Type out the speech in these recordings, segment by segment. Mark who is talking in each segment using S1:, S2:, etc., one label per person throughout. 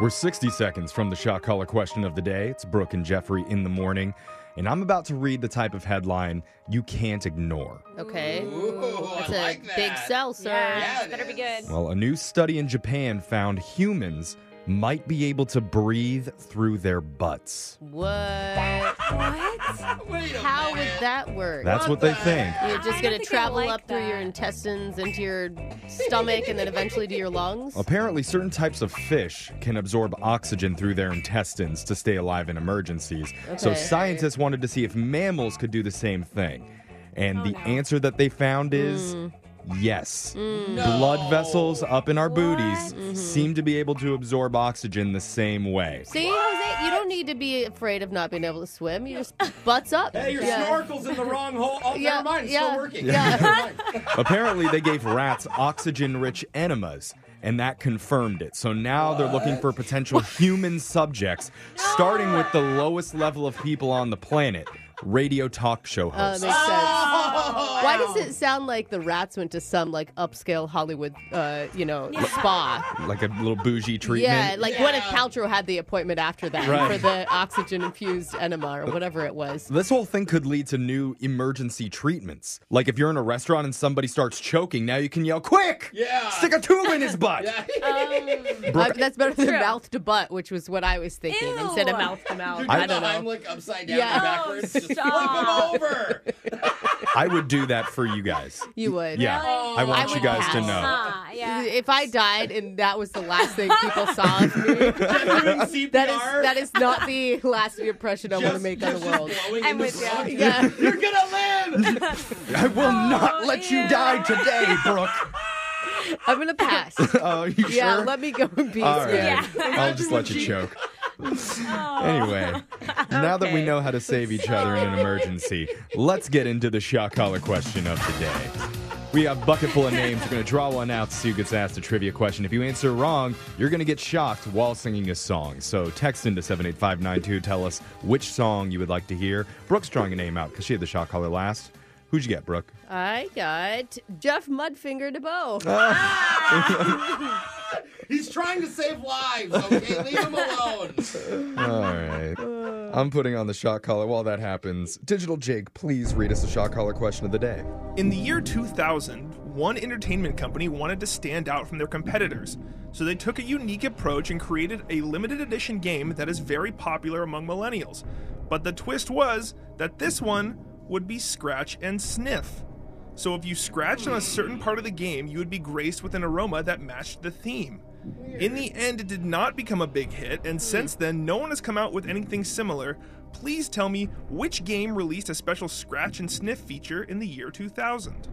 S1: We're 60 seconds from the shot caller question of the day. It's Brooke and Jeffrey in the morning. And I'm about to read the type of headline you can't ignore.
S2: Okay.
S3: Ooh, I
S2: That's a
S3: like that.
S2: big sell, sir.
S3: Yeah, it
S4: better be
S3: is.
S4: good.
S1: Well, a new study in Japan found humans might be able to breathe through their butts.
S2: What?
S3: Wait a
S2: How would
S3: minute.
S2: that work?
S1: That's what they think.
S2: You're
S4: I
S2: just
S4: don't
S2: going to
S4: think I
S2: travel
S4: like
S2: up through your
S4: that.
S2: intestines into your stomach and then eventually to your lungs?
S1: Apparently, certain types of fish can absorb oxygen through their intestines to stay alive in emergencies. So,
S2: Okay.
S1: scientists wanted to see if mammals could do the same thing. And the
S4: no.
S1: answer that they found is yes. Blood vessels up in our booties seem to be able to absorb oxygen the same way.
S2: See, Jose, you don't need to be afraid of not being able to swim. You just butts up.
S3: Hey, your
S2: Yeah.
S3: snorkel's in the wrong hole. Oh,
S2: Yeah,
S3: never mind. It's
S2: yeah,
S3: still working.
S2: yeah.
S3: Never mind.
S1: Apparently, they gave rats oxygen rich enemas. And that confirmed it. So now they're looking for potential human subjects, starting with the lowest level of people on the planet radio talk show
S2: Oh,
S1: hosts.
S2: that makes sense. Why does it sound like the rats went to some like upscale Hollywood, uh, you know, spa?
S1: like a little bougie treatment.
S2: Yeah, like Gwyneth Paltrow had the appointment after that
S1: Right.
S2: for the oxygen infused enema or whatever it was.
S1: this whole thing could lead to new emergency treatments. Like if you're in a restaurant and somebody starts choking, now you can yell, "Quick!
S3: Yeah.
S1: Stick a tube in his butt."
S2: Um, I- Uh, that's better than
S4: True.
S2: mouth to butt, which was what I was thinking
S4: Ew.
S2: instead of mouth to mouth.
S3: Dude,
S2: I
S3: do
S2: don't
S3: the
S2: know.
S3: Heimlich upside down
S2: Yeah.
S3: and backwards.
S4: Oh,
S3: Just flip
S4: stop.
S3: him over.
S1: I would do that for you guys.
S2: You would.
S1: Yeah, I
S3: I
S1: want you
S2: would
S1: guys to
S2: pass.
S1: know.
S4: Ah, yeah.
S2: If I died and that was the last thing people saw of me,
S3: Just doing CPR.
S2: that is that is not the last impression I want to
S3: Just-
S2: make on the
S3: just- just
S2: world.
S3: blowing
S4: I'm
S3: in the
S4: with ya.
S3: front.
S2: Yeah.
S3: You're gonna live.
S1: I will not let you
S4: ew.
S1: die today, Brooke.
S2: I'm gonna pass.
S1: Oh, you
S2: Yeah,
S1: sure?
S2: let me go in peace.
S1: All right.
S2: man.
S4: Yeah.
S1: I'll just let you choke.
S3: Oh,
S1: Anyway, now that we
S2: Okay.
S1: know how to save each other in an emergency, let's get into the shot collar question of the day. We have a bucket full of names. We're going to draw one out to see who gets asked a trivia question. If you answer wrong, you're going to get shocked while singing a song. So text into 78592. Tell us which song you would like to hear. Brooke's drawing a name out because she had the shot collar last. Who'd you get, Brooke?
S2: I got Jeff Mudfinger DeBoe.
S3: He's trying to save lives. Okay, leave him alone. Oh,
S1: All right. I'm putting on the shot collar while that happens. Digital Jake, please read us the shot collar question of the day.
S5: In the year 2000, one entertainment company wanted to stand out from their competitors, so they took a unique approach and created a limited edition game that is very popular among millennials. But the twist was that this one would be scratch and sniff. So if you scratched on a certain part of the game, you would be graced with an aroma that matched the theme. In the end, it did not become a big hit, and since then, no one has come out with anything similar. Please tell me which game released a special scratch and sniff feature in the year 2000.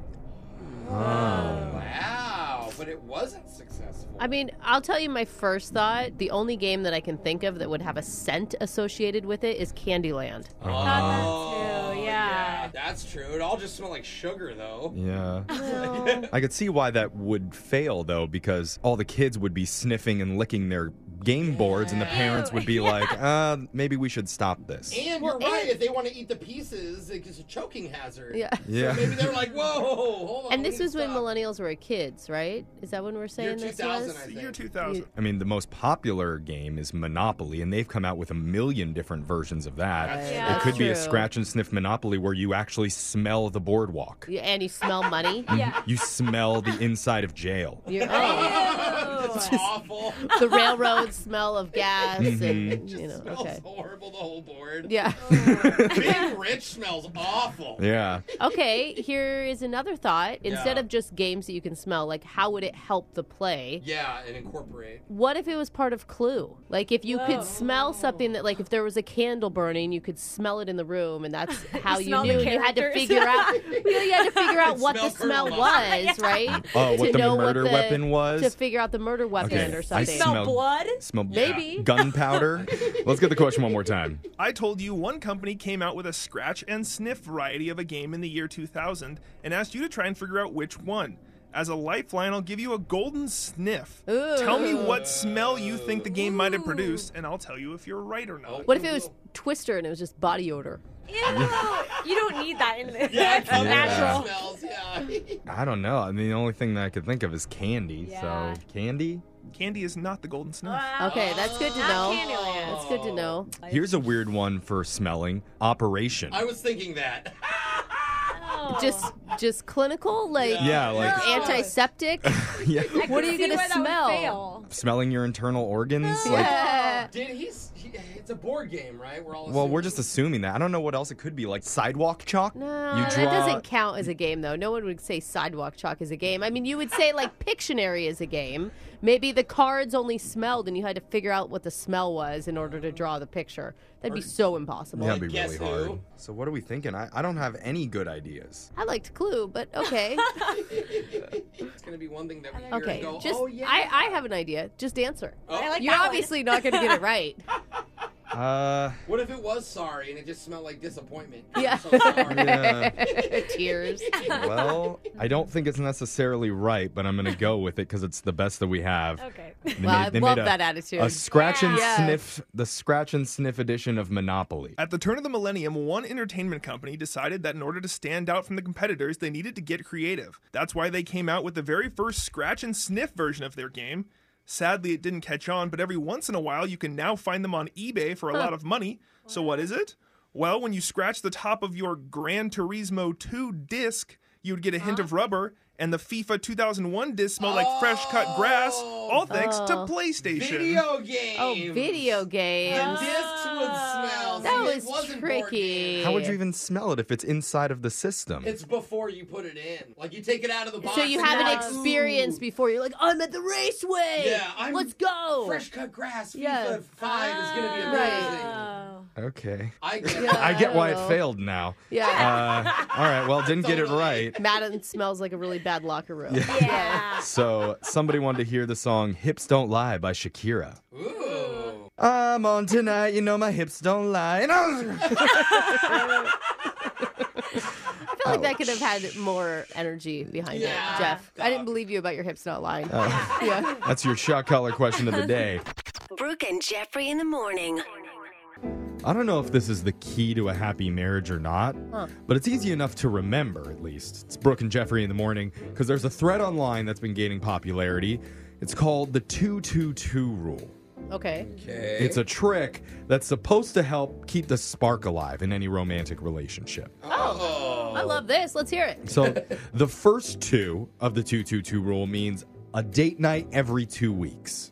S3: Wow, but it wasn't successful.
S2: I mean, I'll tell you my first thought. The only game that I can think of that would have a scent associated with it is Candyland.
S3: Ah.
S4: Oh, that too, yeah.
S3: That's true. It all just smelled like sugar, though.
S1: Yeah.
S2: Oh.
S1: I could see why that would fail though, because all the kids would be sniffing and licking their game boards, and the parents would be like, uh, maybe we should stop this.
S3: And you're right. if they want to eat the pieces, it's a choking hazard.
S2: Yeah.
S1: Yeah.
S3: Maybe they're like, whoa, hold on.
S2: And
S3: we
S2: this
S3: need
S2: was
S3: to
S2: when
S3: stop."
S2: millennials were kids, right? Is that when we're saying this
S3: 2000,
S2: was?
S3: I
S5: The
S3: think.
S5: year 2000.
S1: I mean, the most popular game is Monopoly, and they've come out with a million different versions of that.
S3: That's
S2: Yeah,
S3: true.
S1: it
S2: that's
S1: could be a
S2: true.
S1: scratch and sniff Monopoly where you actually smell the boardwalk.
S2: Yeah, and you smell money.
S4: Yeah.
S1: You smell the inside of jail.
S2: You're- oh,
S3: That's awful.
S2: the railroad smell of gas,
S1: Mm-hmm.
S2: and you know,
S3: smells
S2: okay,
S3: horrible, the whole board.
S2: yeah,
S3: Being rich smells awful.
S1: Yeah.
S2: okay. Here is another thought. Instead
S3: Yeah.
S2: of just games that you can smell, like how would it help the play?
S3: Yeah, and incorporate.
S2: What if it was part of Clue? Like if you
S4: Whoa.
S2: could smell something that, like if there was a candle burning, you could smell it in the room, and that's how you,
S4: smell the
S2: knew. You had to
S4: characters.
S2: figure out. You, you had to figure out what the
S3: Smell Colonel
S2: smell was,
S3: Mustard.
S2: right?
S1: Oh, what
S2: to
S1: the
S2: know
S1: murder
S2: what the,
S1: weapon was?
S2: To figure out the murder weapon
S1: Okay,
S2: or
S1: I
S2: something.
S1: smell-
S4: blood?
S1: Smell
S2: Maybe.
S1: gunpowder. Let's get the question one more time.
S5: I told you one company came out with a scratch and sniff variety of a game in the year 2000 and asked you to try and figure out which one. As a lifeline, I'll give you a golden sniff. Tell me what smell you think the game might have produced, and I'll tell you if you're right or not.
S2: What if it was Twister and it was just body odor?
S4: Ew. you don't need that in there.
S3: Yeah,
S4: That's natural.
S3: Smells, yeah.
S1: I don't know. I mean, the only thing that I could think of is candy.
S4: Yeah.
S1: So candy?
S5: Candy is not the golden snuff.
S2: Okay, that's good to
S3: Oh.
S4: Not
S2: know.
S4: Candyland.
S2: That's good to know.
S1: Here's a weird one for smelling Operation.
S3: I was thinking that.
S4: Oh.
S2: Just, just clinical, like
S1: Yeah, like
S4: No.
S2: antiseptic.
S1: yeah.
S4: I
S2: what are you
S4: can
S2: gonna
S4: see where that would
S2: smell?
S4: fail.
S1: smelling your internal organs. Like,
S2: Oh. yeah.
S3: Did he's? He, it's a board game, right? We're all.
S1: well,
S3: assuming-
S1: we're just assuming that. I don't know what else it could be. Like sidewalk chalk.
S2: No, that doesn't count as a game, though. No one would say sidewalk chalk is a game. I mean, you would say like Pictionary is a game. Maybe the cards only smelled, and you had to figure out what the smell was in order to draw the picture. That'd be so impossible.
S1: That'd be
S3: Guess
S1: really
S3: who?
S1: hard. So what are we thinking? I, I don't have any good ideas.
S2: I liked Clue, but okay,
S3: It's gonna be one thing that we hear
S2: okay.
S3: and go,
S2: Just,
S3: oh yeah.
S2: I, I have an idea. Just answer.
S3: Oh.
S4: I like
S2: You're
S4: that one.
S2: obviously not going to get it right.
S1: Uh,
S3: What if it was sorry and it just smelled like disappointment? I'm
S2: Yeah.
S3: so sorry.
S1: yeah.
S2: Tears.
S1: well, I don't think it's necessarily right, but I'm gonna go with it because it's the best that we have.
S4: Okay.
S1: They
S2: Well, I
S1: made- they
S2: love
S1: made a-
S2: that attitude.
S1: A scratch and
S2: Yeah.
S1: sniff, the scratch and sniff edition of Monopoly.
S5: At the turn of the millennium, one entertainment company decided that in order to stand out from the competitors, they needed to get creative. That's why they came out with the very first scratch and sniff version of their game. Sadly, it didn't catch on, but every once in a while, you can now find them on eBay for a lot of money. So, what is it? Well, when you scratch the top of your Gran Turismo 2 disc, you would get a hint of rubber, and the FIFA 2001 disc smelled like fresh cut grass, all thanks to PlayStation.
S3: Video game.
S2: oh, video
S3: The
S2: games. Ah,
S3: discs would smell.
S2: That
S3: See, it
S2: was
S3: wasn't board
S2: tricky.
S3: game.
S1: How would you even smell it if it's inside of the system?
S3: It's before you put it in. Like you take it out of the box.
S2: So you
S3: and
S2: have
S3: you're
S2: an
S3: like,
S2: experience before you're like, I'm at the raceway.
S3: Yeah, I'm
S2: let's go. Ah.
S3: "Ooh, Fresh cut grass.
S2: Yeah.
S3: FIFA Five is gonna be amazing.
S4: Oh.
S1: okay.
S3: I get
S2: Yeah.
S1: I get why
S2: I don't
S1: it
S2: know.
S1: failed now.
S2: Yeah.
S1: Uh, all right, well, didn't get it
S3: Totally.
S1: right.
S2: Madden smells like a really bad locker room. Yeah.
S4: Yeah.
S1: So somebody wanted to hear the song Hips Don't Lie by Shakira.
S3: Ooh.
S1: I'm on tonight, you know my hips don't lie. And I-
S2: I feel like that could have had more energy behind
S3: Yeah.
S2: it, Jeff. I didn't believe you about your hips not lying.
S1: Oh.
S2: Yeah.
S1: That's your shot collar question of the day.
S6: Brooke and Jeffrey in the morning.
S1: I don't know if this is the key to a happy marriage or not, but it's easy enough to remember, at least. It's Brooke and Jeffrey in the morning, because there's a thread online that's been gaining popularity. It's called the 222 rule.
S2: Okay.
S3: Okay.
S1: It's a trick that's supposed to help keep the spark alive in any romantic relationship.
S2: Oh, I
S3: Oh.
S2: love this. Let's hear it.
S1: So the first two of the 222 rule means a date night every two weeks.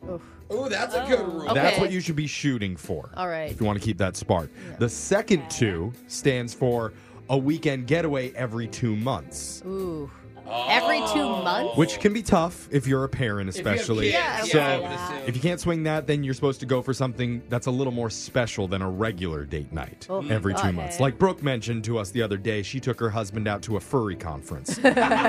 S3: Ooh, that's a good rule.
S2: Oh. Okay.
S1: That's what you should be shooting for.
S2: All right.
S1: If you want to keep that spark. The second two stands for a weekend getaway every two months,
S2: Ooh.
S3: Oh.
S2: Every two months?
S1: which can be tough if you're a parent,
S3: If you have
S1: especially.
S3: kids,
S1: so
S3: yeah, I would assume.
S1: if you can't swing that, then you're supposed to go for something that's a little more special than a regular date night
S2: Oh
S1: every two
S2: okay.
S1: months. Like Brooke mentioned to us the other day, she took her husband out to a furry conference.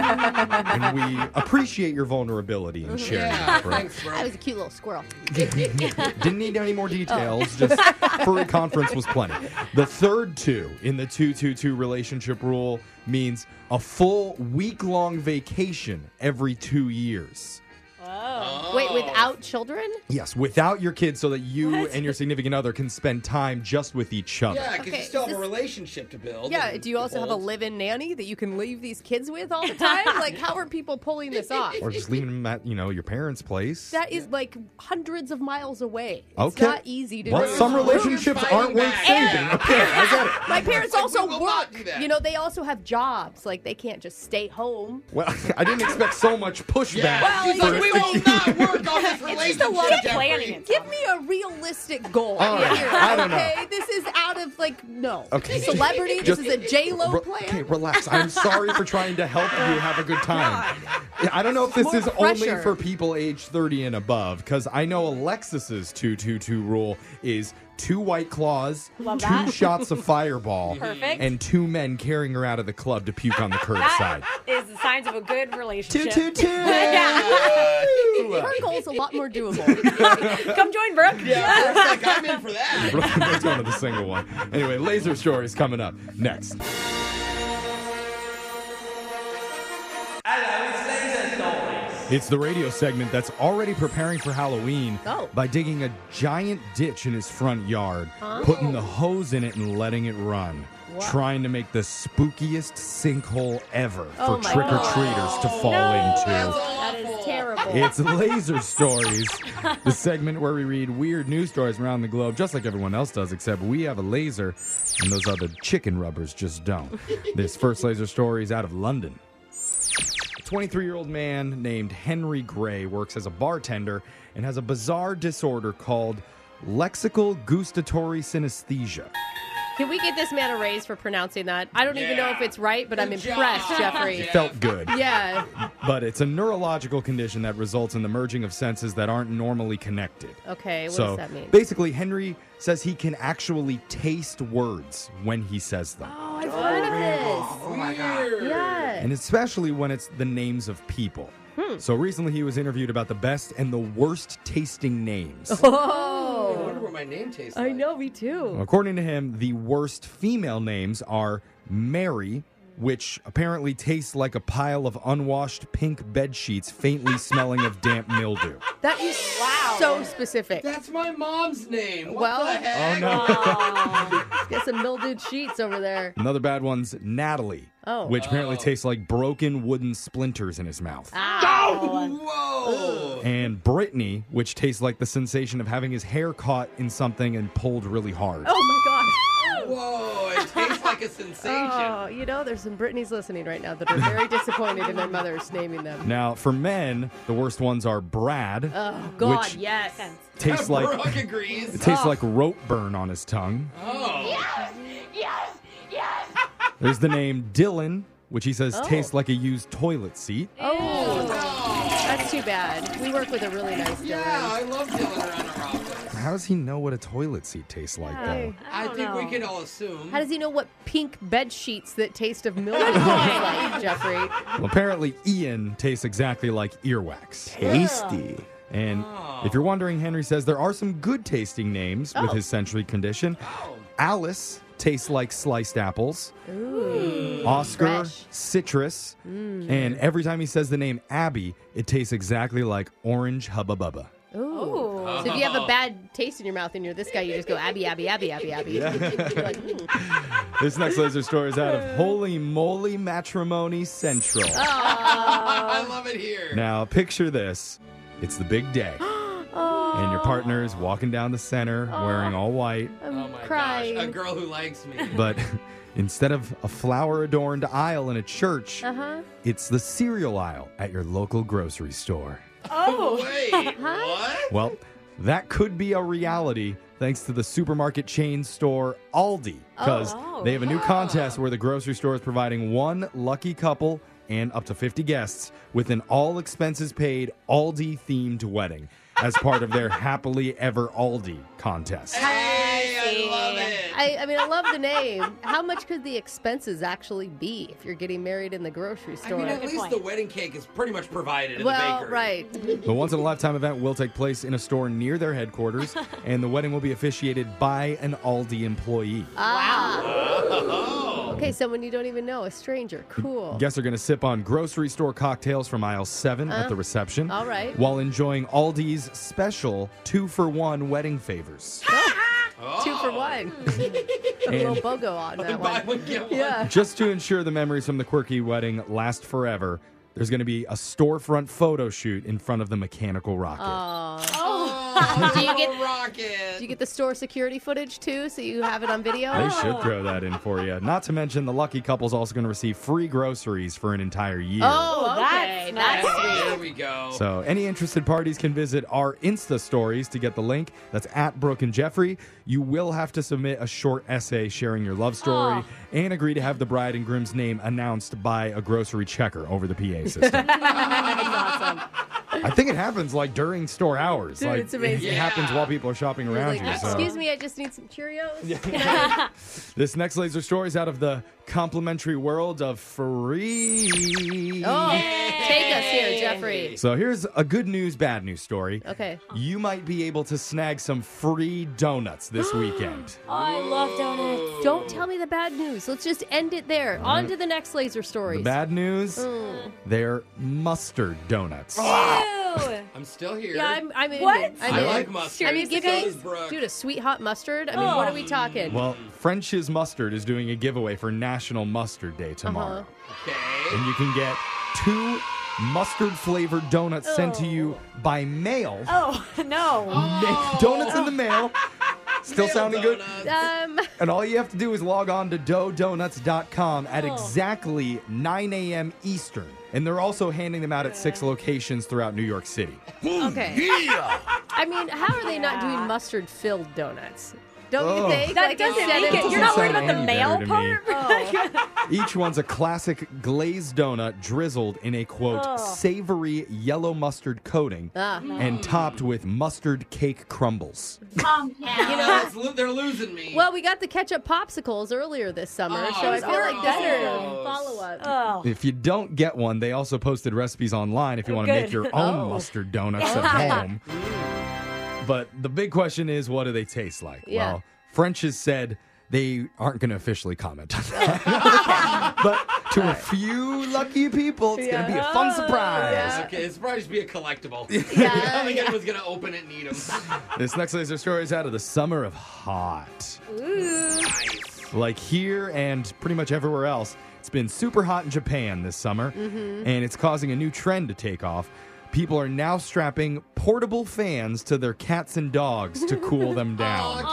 S1: and we appreciate your vulnerability in sharing
S3: yeah,
S1: that, Brooke.
S3: thanks, bro.
S2: I was a cute little squirrel.
S1: Didn't need any more details. Just furry conference was plenty. The third two in the 222 relationship rule means a full week long vacation every two years.
S3: Oh.
S2: Wait, without children?
S1: Yes, without your kids, so that you and your significant other can spend time just with each other.
S3: Yeah, because
S2: Okay,
S3: you still
S2: is
S3: have a
S2: this-
S3: relationship to build.
S2: Yeah.
S3: and
S2: Do you also have a
S3: hold.
S2: live in nanny that you can leave these kids with all the time? Like, how are people pulling this off?
S1: Or just leaving them at you know your parents' place.
S2: That is like hundreds of miles away. It's
S1: Okay.
S2: not easy to
S1: well,
S2: do.
S1: some
S3: We're
S1: relationships
S3: fighting
S1: aren't worth
S3: back.
S1: saving.
S3: Yeah.
S1: Okay, I get it.
S2: My parents
S3: Like,
S2: also
S3: we will
S2: work.
S3: not do that.
S2: You know, they also have jobs. Like they can't just stay home.
S1: Well, I didn't expect so much pushback.
S3: Yeah, she's
S1: for-
S3: like, we will not work on this relationship.
S2: just a lot of
S3: Jeffrey."
S4: planning and
S2: Give me a realistic goal.
S1: All right.
S2: Here,
S1: I don't know.
S2: okay, this is out of like no
S1: Okay.
S2: celebrity.
S1: Just-
S2: this is a J Lo
S1: Re-
S2: plan.
S1: Okay, relax. I'm sorry for trying to help you have a good
S4: Oh
S1: time. Yeah, I don't know if this
S2: More
S1: is only
S2: pressure.
S1: for people age 30 and above, because I know Alexis's 222 rule is two white claws,
S4: Love
S1: two
S4: that.
S1: shots of fireball,
S4: Perfect.
S1: and two men carrying her out of the club to puke on the curbside.
S4: That is the signs of a good
S1: Two,
S4: relationship.
S1: two, two.
S2: Her goal's a lot more doable.
S4: Come join Brooke.
S3: Yeah, Brooke's like, I'm in for that.
S1: Let's go to the single one. Anyway, laser stories coming up next. It's the radio segment that's already preparing for Halloween
S2: Oh.
S1: by digging a giant ditch in his front yard, putting the hose in it and letting it run. Trying to make the spookiest sinkhole ever
S2: Oh
S1: for
S2: my
S1: trick or treaters to fall
S4: No.
S1: into.
S3: That's
S4: That
S3: awful.
S4: is terrible.
S1: It's Laser Stories, the segment where we read weird news stories around the globe, just like everyone else does, except we have a laser and those other chicken rubbers just don't. This first laser story is out of London. A 23 year old man named Henry Gray works as a bartender and has a bizarre disorder called lexical gustatory synesthesia.
S2: Can we get this man a raise for pronouncing that? I don't even know if it's right, but I'm
S3: Good
S2: impressed,
S3: job,
S2: Jeffrey.
S3: Jeff.
S1: Felt good.
S2: Yeah.
S1: But it's a neurological condition that results in the merging of senses that aren't normally connected.
S2: Okay, what
S1: so
S2: does that mean?
S1: basically, Henry says he can actually taste words when he says them,
S2: Oh, I've heard
S3: Oh my god.
S2: of this. Yeah.
S1: and especially when it's the names of people.
S2: Hmm.
S1: So recently, he was interviewed about the best and the worst tasting names.
S2: Oh.
S3: I wonder what my name tastes like.
S2: I know, me too.
S1: According to him, the worst female names are Mary, which apparently tastes like a pile of unwashed pink bed sheets, faintly smelling of damp mildew.
S2: That is so specific.
S3: That's my mom's name. What
S2: Well- oh,
S3: the heck?
S2: Get some mildewed sheets over there.
S1: Another bad one's Natalie,
S2: Oh.
S1: which apparently tastes like broken wooden splinters in his mouth.
S3: Whoa.
S1: And Brittany, which tastes like the sensation of having his hair caught in something and pulled really hard.
S2: Oh my gosh.
S3: Whoa. It tastes like a sensation.
S2: Oh, you know, there's some Britneys listening right now that are very disappointed in their mothers naming them.
S1: Now, for men, the worst ones are Brad,
S2: Oh God,
S1: Which-
S2: yes.
S1: tastes like
S3: Brooke agrees.
S2: Oh.
S1: tastes like rope burn on his tongue.
S3: Oh.
S1: There's the name Dylan, which he says
S2: Oh.
S1: tastes like a used toilet seat.
S2: Oh, that's too bad. We work with a really nice Dylan.
S3: Yeah, I love Dylan around our office.
S1: How does he know what a toilet seat tastes like though?
S3: I, think we can all assume.
S2: How does he know what pink bed sheets that taste of mildew taste like, Jeffrey?
S1: Well, apparently Ian tastes exactly like earwax.
S7: Tasty.
S1: And if you're wondering, Henry says there are some good tasting names with
S2: Oh.
S1: his sensory condition. Alice tastes like sliced apples. Oscar
S2: Mm. fresh. Mm.
S1: citrus. And every time he says the name Abby, it tastes exactly like orange hubba bubba.
S2: Ooh. So if you
S3: Oh.
S2: have a bad taste in your mouth and you're this guy, you just go Abby, Abby, Abby, Abby, Abby. You're like, mm.
S1: This next laser story is out of Holy Moly Matrimony Central.
S2: Oh.
S3: I love it here.
S1: Now, picture this. It's the big day. And your partner is walking down the center wearing all white,
S2: I'm
S3: oh my
S2: crying.
S3: gosh. A girl who likes me.
S1: but instead of a flower adorned aisle in a church,
S2: Uh-huh.
S1: It's the cereal aisle at your local grocery store.
S3: Wait, what?
S1: Well, that could be a reality thanks to the supermarket chain store Aldi because
S4: Oh.
S1: they have a new contest where the grocery store is providing one lucky couple and up to 50 guests with an all expenses paid Aldi themed wedding as part of their happily ever Aldi contest.
S3: Hey, I love it.
S2: I, I mean, I love the name. How much could the expenses actually be if you're getting married in the grocery
S3: I
S2: store?
S3: mean, at
S4: Good
S3: least
S4: point.
S3: the wedding cake is pretty much provided in the
S2: well,
S3: bakery.
S2: right.
S1: The once in a lifetime event will take place in a store near their headquarters, and the wedding will be officiated by an Aldi employee.
S2: Okay, someone you don't even know, a stranger. Cool.
S1: Guests are going to sip on grocery store cocktails from aisle seven at the reception.
S2: Uh, all right.
S1: While enjoying Aldi's special two for one wedding favors.
S2: Two for one. a little
S1: and
S2: bogo on that
S3: Oh. Buy
S2: one.
S3: one, get one.
S2: Yeah.
S1: just to ensure the memories from the quirky wedding last forever, there's going to be a storefront photo shoot in front of the mechanical rocket.
S3: Oh,
S4: Do you get-
S3: little rocket.
S2: Do you get the store security footage too, so you have it on video?
S1: They should throw that in for you. Not to mention, the lucky couple's also going to receive free groceries for an entire year.
S2: Oh, okay.
S4: that's
S2: That's,
S4: nice.
S3: there we go.
S1: So, any interested parties can visit our Insta stories to get the link. That's at Brooke and Jeffrey. You will have to submit a short essay sharing your love story and agree to have the bride and groom's name announced by a grocery checker over the PA system. I think it happens like during store hours.
S2: Dude,
S1: like,
S2: it's amazing.
S1: It happens while people are shopping
S2: You're
S1: around
S2: like,
S1: you. so-
S2: Excuse me, I just need some Cheerios.
S1: This next laser story is out of the complimentary world of free.
S2: Oh, take us here, Jeffrey.
S1: So here's a good news, bad news story.
S2: Okay.
S1: You might be able to snag some free donuts this weekend.
S4: I love donuts.
S2: Don't tell me the bad news. Let's just end it there. On to the next laser stories.
S1: The bad news,
S2: Mm.
S1: they're mustard donuts.
S4: Ew.
S3: Ah! I'm still here.
S2: yeah, I'm. I'm in
S4: What?
S2: it. I'm
S3: I
S2: in
S3: like
S2: it.
S3: mustard.
S2: I mean, give me,
S3: So does Brooke.
S2: dude, a sweet hot mustard. I mean, what are we talking?
S1: Well, French's Mustard is doing a giveaway for National Mustard Day tomorrow.
S3: Okay.
S1: And you can get two mustard flavored donuts sent to you by mail.
S4: Oh, no.
S1: Ma- donuts in the mail. Still sounding good.
S2: Um,
S1: And all you have to do is log on to doughdonuts.com at
S4: Oh.
S1: exactly 9 a.m. Eastern. And they're also handing them out at six locations throughout New York City.
S2: okay. I mean, how are they not doing mustard filled donuts? Don't
S1: Oh.
S2: you think?
S4: That
S2: Like,
S4: doesn't
S2: instead
S4: make
S2: of-
S4: it. You're not worried
S1: sound
S4: about the
S1: any
S4: male
S1: better to me.
S4: part? Oh.
S1: Each one's a classic glazed donut drizzled in a quote
S4: Oh.
S1: savory yellow mustard coating
S2: Ah.
S1: and topped with mustard cake crumbles.
S3: You know, it's lo- they're losing me.
S2: Well, we got the ketchup popsicles earlier this summer,
S3: Oh,
S2: so I
S3: these
S2: feel
S3: are
S2: like this is a
S3: gross.
S2: follow up.
S4: oh.
S1: If you don't get one, they also posted recipes online if you
S4: Oh,
S1: want to make
S4: good.
S1: your own
S2: Oh.
S1: mustard donuts at home. But the big question is, what do they taste like?
S2: Yeah.
S1: Well, French has said they aren't going to officially comment on that. but to a few lucky people, it's going to be a fun
S4: Yeah.
S1: surprise.
S2: Yeah.
S3: okay, it's probably just be a collectible. I
S2: Yeah,
S3: don't think
S2: yeah.
S3: anyone's gonna open it and eat them.
S1: This next laser story is out of the summer of hot.
S4: Oh,
S3: nice.
S1: Like here and pretty much everywhere else, it's been super hot in Japan this summer, and it's causing a new trend to take off. People are now strapping portable fans to their cats and dogs to cool them down.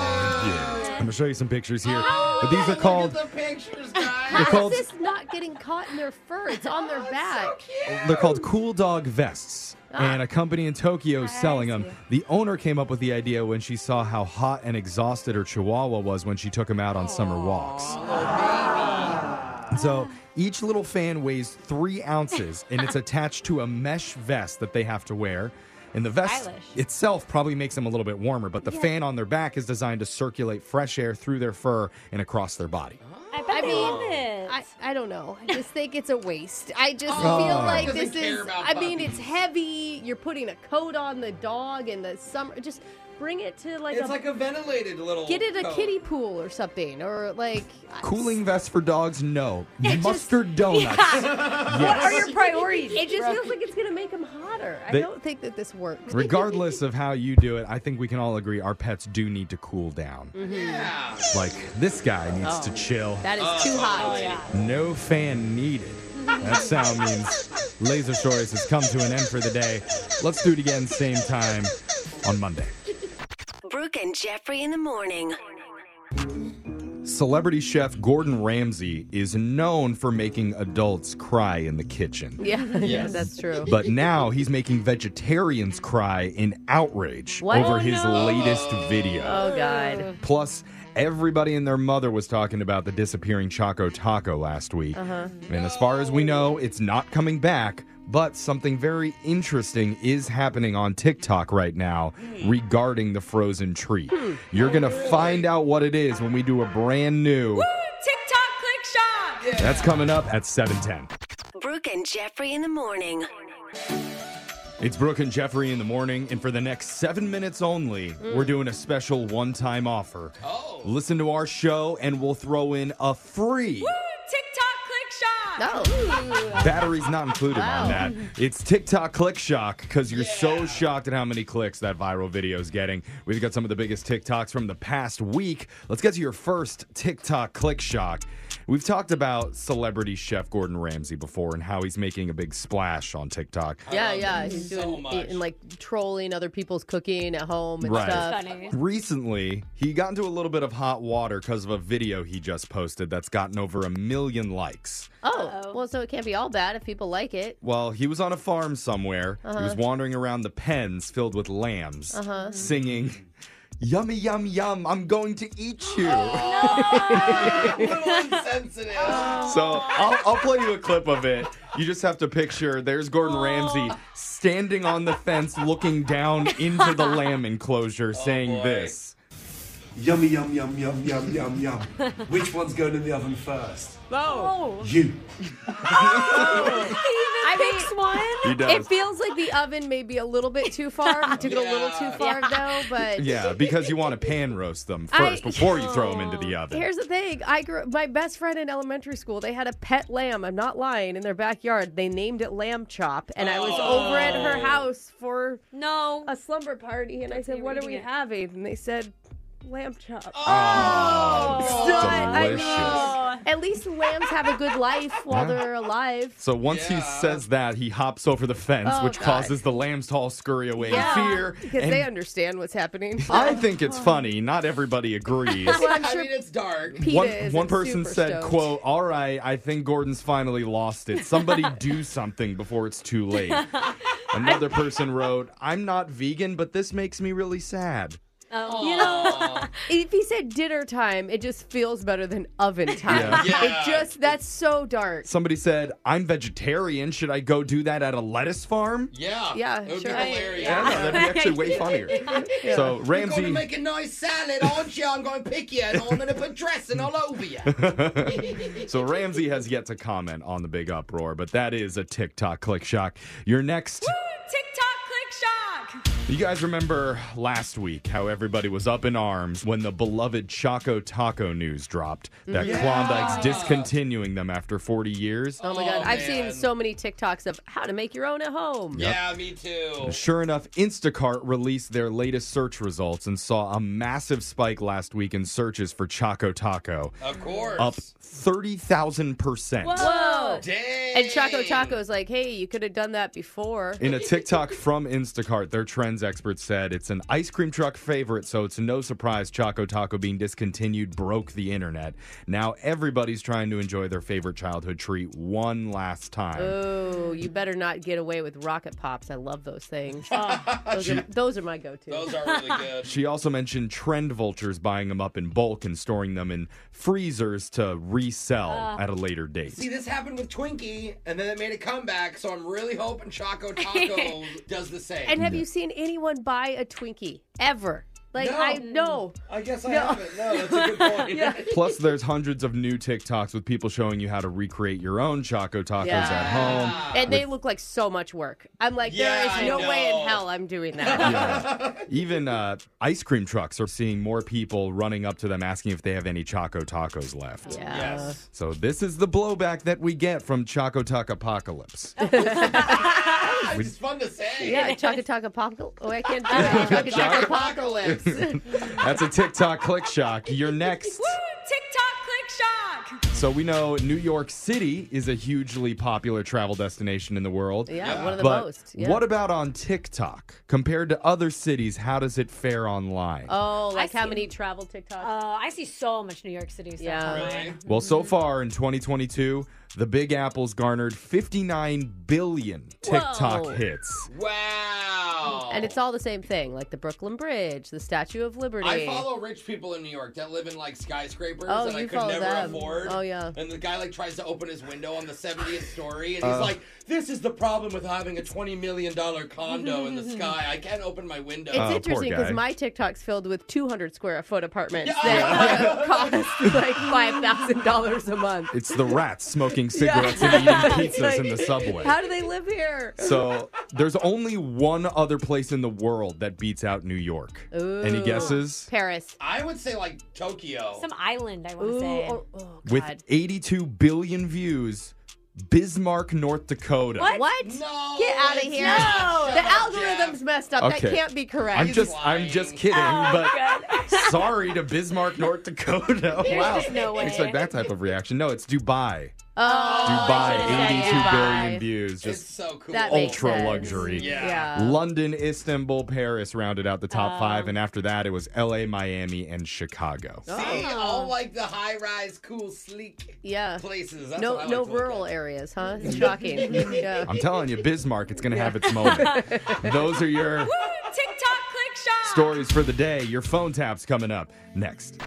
S1: Yeah. I'm gonna show you some pictures here.
S2: Oh,
S1: But these are called
S3: Oh, Look at the pictures,
S2: How
S3: guys.
S2: is
S1: called-
S2: this not getting caught in their fur? It's on
S3: Oh,
S2: their back.
S1: they're called cool dog vests.
S4: Ah.
S1: And a company in Tokyo is selling them. The owner came up with the idea when she saw how hot and exhausted her chihuahua was when she took him out on summer walks.
S4: Oh, Ah.
S1: So each little fan weighs three ounces and it's attached to a mesh vest that they have to wear. And the vest
S4: Stylish.
S1: itself probably makes them a little bit warmer, but the fan on their back is designed to circulate fresh air through their fur and across their body.
S4: I bet they love it.
S2: I, I don't know. I just think it's a waste. I just
S3: Oh.
S2: feel like this
S3: Doesn't care
S2: is.
S3: about
S2: I mean, it's
S3: puppies.
S2: heavy. You're putting a coat on the dog in the summer. Just bring it to like
S3: It's
S2: a.
S3: like a ventilated little.
S2: get it a
S3: coat.
S2: kiddie pool or something, or like.
S1: Cooling vests for dogs, no. Mustard donuts.
S4: What are your priorities?
S2: It just feels like it's gonna make them hotter.
S1: They-
S2: I don't think that this works.
S1: Regardless of how you do it, I think we can all agree our pets do need to cool down.
S3: Yeah.
S1: Like this guy needs to chill.
S2: Oh. that is
S3: Oh,
S2: too hot.
S1: No fan needed. That sound means Laser Stories has come to an end for the day. Let's do it again, same time on Monday.
S6: Brooke and Jeffrey in the morning.
S1: Celebrity chef Gordon Ramsay is known for making adults cry in the kitchen.
S2: Yeah, yeah, that's true.
S1: But now he's making vegetarians cry in outrage
S2: What?
S1: over
S2: Oh,
S1: his latest video.
S2: Oh God.
S1: Plus, everybody and their mother was talking about the disappearing Choco Taco last week.
S2: Uh-huh.
S1: And as far as we know, it's not coming back. But something very interesting is happening on TikTok right now regarding the frozen treat. You're going to find out what it is when we do a brand new.
S4: TikTok click shop.
S1: That's coming up at 710.
S6: Brooke and Jeffrey in the morning.
S1: It's Brooke and Jeffrey in the morning, and for the next seven minutes only, we're doing a special one time offer.
S3: Oh.
S1: Listen to our show, and we'll throw in a free.
S4: TikTok click shop.
S2: No.
S1: Batteries not included on that. It's TikTok click shock because you're so shocked at how many clicks that viral video is getting. We've got some of the biggest TikToks from the past week. Let's get to your first TikTok click shock. We've talked about celebrity chef Gordon Ramsay before and how he's making a big splash on TikTok.
S2: Yeah, yeah. He's
S3: so
S2: doing
S3: much.
S2: and like trolling other people's cooking at home and
S1: Right.
S2: stuff.
S4: Funny.
S1: Recently, he got into a little bit of hot water because of a video he just posted that's gotten over a million likes.
S2: Oh,
S4: Uh-oh.
S2: well, so it can't be all bad if people like it.
S1: Well, he was on a farm somewhere. He
S2: Uh-huh.
S1: was wandering around the pens filled with lambs,
S2: Mm-hmm.
S1: singing, Yummy, yum, yum, I'm going to eat you.
S2: Oh,
S3: little insensitive.
S1: So I'll, I'll play you a clip of it. You just have to picture there's Gordon Ramsay standing on the fence looking down into the lamb enclosure
S2: Oh,
S1: saying
S3: boy.
S1: this.
S7: Yummy, yum, yum, yum, yum, yum, yum. Which one's going in the oven first?
S4: Oh.
S7: You.
S4: I picks one.
S1: He does.
S2: It feels like the oven maybe a little bit too far. We took it a little
S3: Yeah.
S2: too far though, but
S1: yeah, because you want to pan roast them
S2: I-
S1: first before you throw them into the oven.
S2: Here's the thing. I grew my best friend in elementary school, they had a pet lamb, I'm not lying, in their backyard. They named it Lamb Chop, and I was over at
S3: Oh.
S2: her house for
S4: No.
S2: a slumber party and I said,
S4: me
S2: What are
S4: reading
S2: we
S4: it.
S2: having? And they said, Lamb chop.
S1: oh,
S2: So I- I
S1: delicious.
S2: mean, At least lambs have a good life while they're alive.
S1: So once he
S3: Yeah.
S1: says that, he hops over the fence,
S2: Oh,
S1: which
S2: God.
S1: causes the lambs to all scurry away
S2: Yeah.
S1: in fear.
S2: Because
S1: and
S2: they understand what's happening.
S1: I think it's funny. Not everybody agrees.
S2: Well, I'm
S3: I
S2: sure
S3: mean, it's dark.
S2: PETA
S1: one,
S2: isn't
S1: one person
S2: super
S1: said,
S2: stoked.
S1: "quote All right, I think Gordon's finally lost it. Somebody do something before it's too late." Another person wrote, "I'm not vegan, but this makes me really sad."
S2: Oh, You know, if he said dinner time, it just feels better than oven time.
S1: Yeah.
S3: Yeah.
S2: It just that's so dark.
S1: Somebody said, "I'm vegetarian. Should I go do that at a lettuce farm?"
S3: Yeah.
S2: Yeah,
S3: It would
S2: sure.
S3: be hilarious.
S1: I don't know. That'd be actually way funnier. So
S3: You're going to
S1: Ramsey,
S3: make a nice salad, aren't you? I'm going to pick you and I'm going to put dressing all over you.
S1: so Ramsey has yet to comment on the big uproar, but that is a TikTok click shock. Your next.
S4: TikTok click shock.
S1: You guys remember last week how everybody was up in arms when the beloved Choco Taco news dropped that Klondike's discontinuing them after 40 years?
S2: Oh my god,
S3: Oh,
S2: I've seen
S3: man.
S2: so many TikToks of how to make your own at home.
S3: Yeah, me too.
S1: Sure enough, Instacart released their latest search results and saw a massive spike last week in searches for Choco Taco,
S3: Of course.
S1: up 30,000%.
S2: Whoa.
S3: Dang.
S2: And Choco Taco's like, hey, you could have done that before.
S1: In a TikTok from Instacart, their trends expert said it's an ice cream truck favorite, so it's no surprise Choco Taco being discontinued broke the internet. Now everybody's trying to enjoy their favorite childhood treat one last time.
S2: Oh, you better not get away with rocket pops. I love those things. those, are, those are my go-to.
S3: Those are really good.
S1: She also mentioned trend vultures buying them up in bulk and storing them in freezers to resell
S2: Ah.
S1: at a later date.
S3: See, this happened with Twinkie, and then it made a comeback, so I'm really hoping Choco Taco does the same.
S2: and have you seen anyone buy a Twinkie ever? Like
S3: No.
S2: I know.
S3: I guess I haven't. No, that's a good point.
S1: Plus, there's hundreds of new TikToks with people showing you how to recreate your own Choco Tacos at
S2: Yeah.
S1: home.
S2: And they look like so much work. I'm like,
S3: Yeah,
S2: there
S3: I
S2: is no way in
S3: know.
S2: hell I'm doing that.
S1: Yeah. Even uh, ice cream trucks are seeing more people running up to them asking if they have any Choco Tacos left.
S2: Yeah.
S3: Yes.
S1: So this is the blowback that we get from Choco Taco Apocalypse.
S3: It's just fun to say.
S2: Yeah, Choco Taco Apocalypse. Oh, I can't do that. Choco Taco Apocalypse.
S1: That's a TikTok click shock. You're next.
S4: Woo! TikTok click shock.
S1: So we know New York City is a hugely popular travel destination in the world.
S2: Yeah, one of the
S1: But
S2: most. Yeah.
S1: what about on TikTok? Compared to other cities, how does it fare online?
S2: Oh, like
S8: I
S2: how
S8: see.
S2: many travel TikToks?
S8: Uh, I see so much New York City stuff.
S2: Yeah.
S8: online.
S1: Well, so far in 2022, the Big Apple's garnered 59 billion TikTok
S2: Whoa.
S1: hits.
S3: Wow.
S2: and it's all the same thing, like the Brooklyn Bridge, the Statue of Liberty.
S3: I follow rich people in New York that live in like skyscrapers
S2: Oh,
S3: that I
S2: you
S3: could
S2: follow
S3: never
S2: them.
S3: afford.
S2: Oh, yeah.
S3: And the guy like tries to open his window on the 70th story and he's
S1: Uh.
S3: like, "This is the problem with having a 20 million dollar condo in the sky. I can't open my window."
S2: It's
S1: Oh, poor
S2: interesting because
S1: guy.
S2: my TikTok's filled with 200 square foot apartments
S3: Yeah.
S2: that cost like $5,000 a month.
S1: It's the rats smoking cigarettes and eating pizzas in the subway.
S2: How do they live here?
S1: so there's only one other place in the world that beats out New York. Any
S2: Ooh.
S1: guesses?
S2: Paris.
S3: I would say like Tokyo.
S8: Some island, I want to
S2: Ooh,
S8: say.
S2: oh, oh,
S1: With
S2: God.
S1: 82 billion views, Bismarck, North Dakota.
S8: What?
S2: What?
S3: No,
S2: Get out of
S3: it's
S2: here.
S3: not.
S2: The
S3: Shut up, Jeff.
S2: algorithm's messed up.
S1: Okay.
S2: That can't be correct.
S1: I'm just I'm
S3: lying.
S1: just kidding,
S2: Oh,
S1: but sorry to Bismarck, North Dakota. wow.
S8: just no way.
S1: Expect that type of reaction. No, it's Dubai.
S2: oh,
S1: Dubai,
S2: should've said
S1: 82
S2: Dubai.
S1: billion views.
S3: It's
S1: Just
S3: so cool.
S2: That makes
S1: ultra
S2: sense.
S1: luxury.
S3: Yeah.
S2: yeah. Oh.
S1: London, Istanbul, Paris rounded out the top five, and after that it was LA, Miami, and Chicago.
S3: See, all like the high rise, cool, sleek
S2: Yeah.
S3: places. That's what I
S2: No,
S3: like
S2: no
S3: to look
S2: rural
S3: at.
S2: areas, huh? It's shocking. yeah.
S1: I'm telling you, Bismarck, it's gonna have its moment. Those are your
S4: TikTok click shock.
S1: stories for the day. Your phone taps coming up next.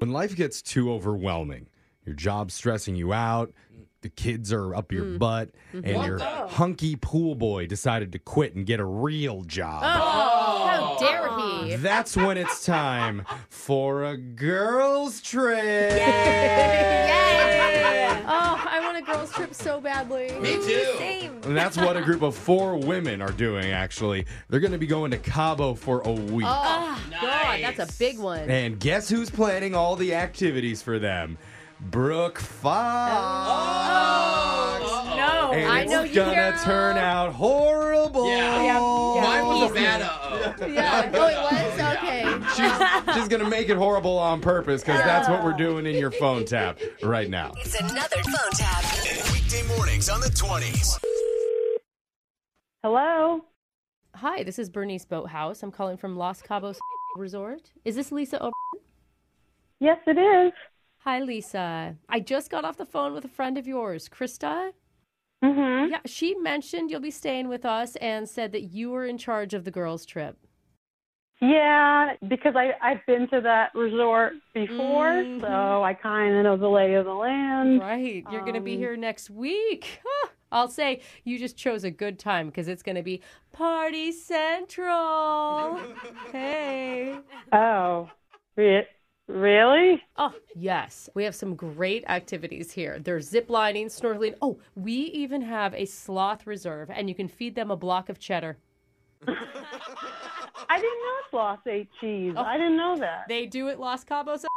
S1: When life gets too overwhelming, your job's stressing you out, the kids are up your
S2: Mm.
S1: butt, and
S2: Mm-hmm.
S1: your hunky pool boy decided to quit and get a real job.
S2: How dare he?
S1: That's when it's time for a girls' trip.
S2: Oh, I want a girls' trip so badly.
S3: Me too.
S1: And that's what a group of four women are doing, actually. They're going to be going to Cabo for a week.
S2: Oh, God, that's a
S3: Nice.
S2: big one.
S1: And guess who's planning all the activities for them? Brooke Fox.
S3: Oh,
S8: no.
S1: And
S2: I
S1: it's
S2: know you,
S1: gonna
S2: girl.
S1: turn out horrible. double.
S9: Yeah. Mine was a bad uh-oh.
S2: Yeah. Oh, it was? Okay.
S1: She's, she's going to make it horrible on purpose because that's what we're doing in your phone tap right now.
S10: It's another phone tap.
S6: Weekday mornings on the 20s.
S11: Hello.
S2: Hi, this is Bernice Boathouse. I'm calling from Los Cabos Resort. Is this Lisa O'Brien?
S11: Yes, it is.
S2: Hi, Lisa. I just got off the phone with a friend of yours, Krista.
S11: Mm-hmm.
S2: Yeah, she mentioned you'll be staying with us and said that you were in charge of the girls' trip.
S11: Yeah, because I I've been to that resort before, so I kind of know the lay of the
S2: Mm-hmm.
S11: land.
S2: Right. You're going to
S11: Um,
S2: be here next week. Huh. I'll say you just chose a good time because it's going to be Party Central. hey.
S11: Oh, re- really?
S2: Oh, yes. We have some great activities here. There's zip lining, snorkeling. Oh, we even have a sloth reserve, and you can feed them a block of cheddar.
S11: I didn't know sloth ate cheese.
S2: Oh.
S11: I didn't know that.
S2: They do at Los Cabos.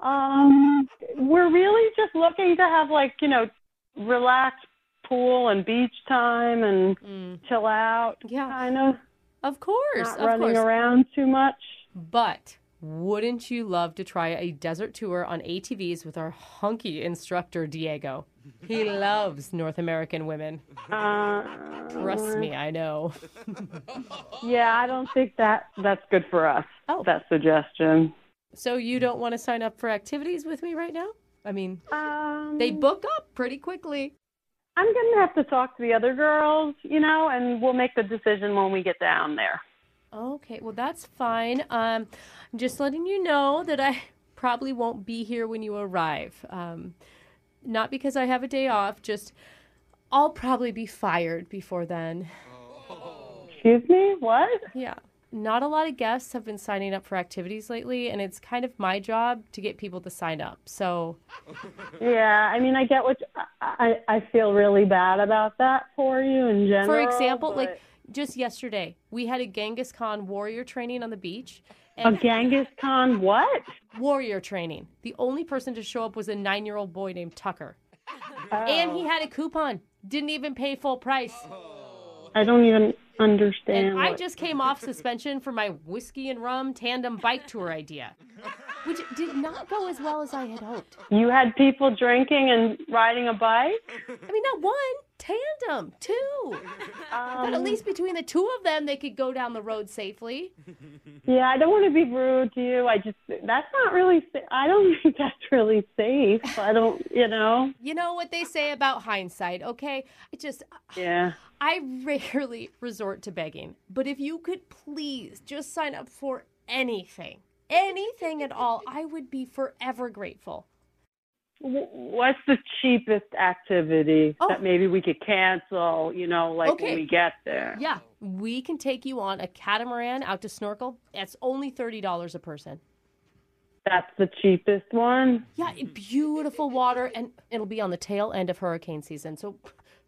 S11: Um, we're really just looking to have like you know, relaxed pool and beach time and chill out.
S2: Mm. Yeah.
S11: kind of
S2: Of course,
S11: not
S2: of
S11: running
S2: course.
S11: around too much.
S2: But wouldn't you love to try a desert tour on ATVs with our hunky instructor, Diego? He loves North American women.
S11: Uh,
S2: Trust me, I know.
S11: yeah, I don't think that that's good for us.
S2: Oh.
S11: That suggestion.
S2: So, you don't want to sign up for activities with me right now? I mean,
S11: Um,
S2: they book up pretty quickly.
S11: I'm going to have to talk to the other girls, you know, and we'll make the decision when we get down there.
S2: Okay, well that's fine. Um, I'm just letting you know that I probably won't be here when you arrive. Um, not because I have a day off, just I'll probably be fired before then.
S11: Excuse me? What?
S2: Yeah. Not a lot of guests have been signing up for activities lately, and it's kind of my job to get people to sign up. So,
S11: Yeah, I mean, I get what I I I feel really bad about that for you in general.
S2: for example,
S11: but-
S2: like just yesterday, we had a Genghis Khan warrior training on the beach.
S11: a Genghis Khan, what?
S2: warrior training. The only person to show up was a nine year old boy named Tucker.
S11: Oh.
S2: And he had a coupon, didn't even pay full price.
S11: I don't even understand.
S2: And I
S11: what-
S2: just came off suspension for my whiskey and rum tandem bike tour idea, which did not go as well as I had hoped.
S11: you had people drinking and riding a bike.
S2: I mean, not one, tandem, two. But at
S11: Um,
S2: least between the two of them, they could go down the road safely.
S11: yeah, I don't want to be rude to you. I just that's not really. sa- I don't think that's really safe. I don't, you know.
S2: You know what they say about hindsight, okay? I just,
S11: Yeah.
S2: I rarely resort to begging, but if you could please just sign up for anything, anything at all, I would be forever grateful.
S11: W- What's the cheapest activity
S2: Oh.
S11: that maybe we could cancel, you know, like
S2: Okay.
S11: when we get there?
S2: Yeah, we can take you on a catamaran out to snorkel. That's only $30 a person.
S11: That's the cheapest one.
S2: Yeah, it- beautiful water, and it'll be on the tail end of hurricane season, so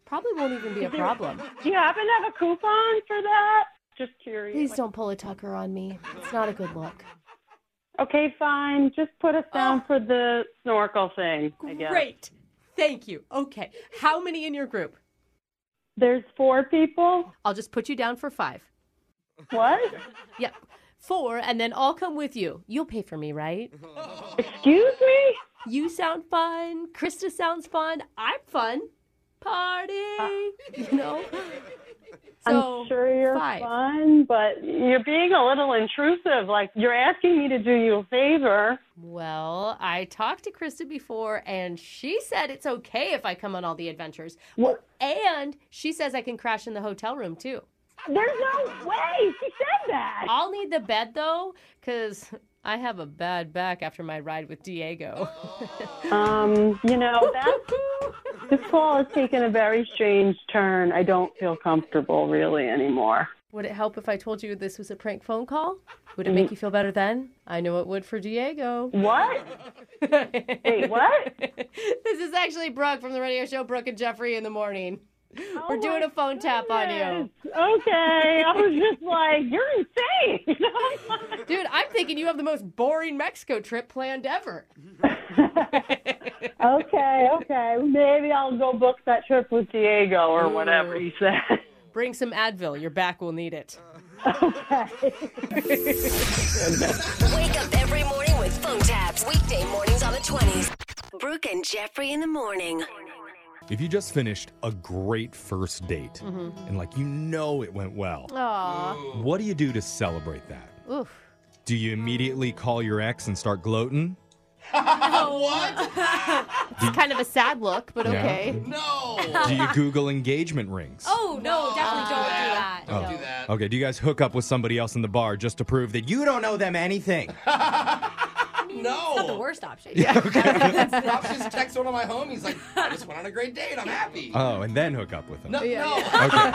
S2: probably won't even be a problem.
S11: Do you happen to have a coupon for that? Just curious.
S2: Please don't pull a Tucker on me. It's not a good look.
S11: Okay, fine. Just put us down for the snorkel thing. I guess.
S2: Oh. Great. Thank you. Okay. How many in your group?
S11: There's four people.
S2: I'll just put you down for five.
S11: What?
S2: Yep. Four, and then I'll come with you. You'll pay for me, right?
S11: Excuse me?
S2: You sound fun. Krista sounds fun. I'm fun. Party,
S11: Uh,
S2: you know. So
S11: I'm sure you're
S2: five.
S11: fun, but you're being a little intrusive. Like you're asking me to do you a favor.
S2: Well, I talked to Krista before, and she said it's okay if I come on all the adventures.
S11: What?
S2: And she says I can crash in the hotel room too.
S11: There's no way she said that.
S2: I'll need the bed though, because I have a bad back after my ride with Diego.
S11: Um, you know, that, this call has taken a very strange turn. I don't feel comfortable really anymore.
S2: Would it help if I told you this was a prank phone call? Would it make you feel better then? I know it would for Diego.
S11: Mm. What? Wait, what?
S2: this is actually Brooke from the radio show Brooke and Jeffrey in the morning. We're
S11: Oh my
S2: doing a phone tap on you.
S11: Okay, I was just like, you're insane. You know?
S2: Dude, I'm thinking you have the most boring Mexico trip planned ever.
S12: okay, okay. Maybe I'll go book that trip with Diego or
S2: Mm.
S12: whatever he said.
S2: Bring some Advil. Your back will need it.
S6: Wake up every morning with phone taps. Weekday mornings on the 20s. Brooke and Jeffrey in the morning.
S1: If you just finished a great first date and like you know it went well,
S2: Aw.
S1: what do you do to celebrate that?
S2: Oof.
S1: Do you immediately call your ex and start gloating?
S3: what?
S2: It's kind of a sad look, but
S1: Yeah.
S2: okay.
S3: No.
S1: Do you Google engagement rings?
S8: Oh no, definitely don't do that.
S3: Don't
S1: Oh.
S3: do that.
S1: Okay, do you guys hook up with somebody else in the bar just to prove that you don't owe them anything?
S3: No.
S8: Not the worst option. Yeah.
S3: Rob just text one of my homies like, I just went on a great date. I'm happy.
S1: Oh, and then hook up with them.
S3: no, no.
S1: Okay.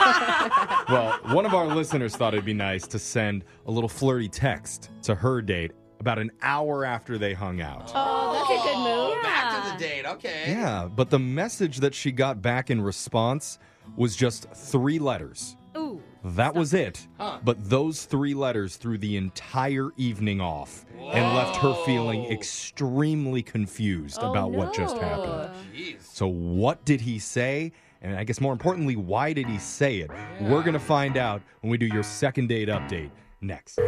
S1: well, one of our listeners thought it'd be nice to send a little flirty text to her date about an hour after they hung out.
S2: Oh, that's a good move.
S3: Oh, back to the date. Okay.
S1: Yeah, but the message that she got back in response was just three letters.
S8: Ooh.
S1: That was it. But those three letters threw the entire evening off and left her feeling
S3: Whoa. Oh,
S1: extremely confused about what just happened.
S3: Jeez.
S1: So, what did he say? And I guess more importantly, why did he say it? We're going to find out when we do your second date update next.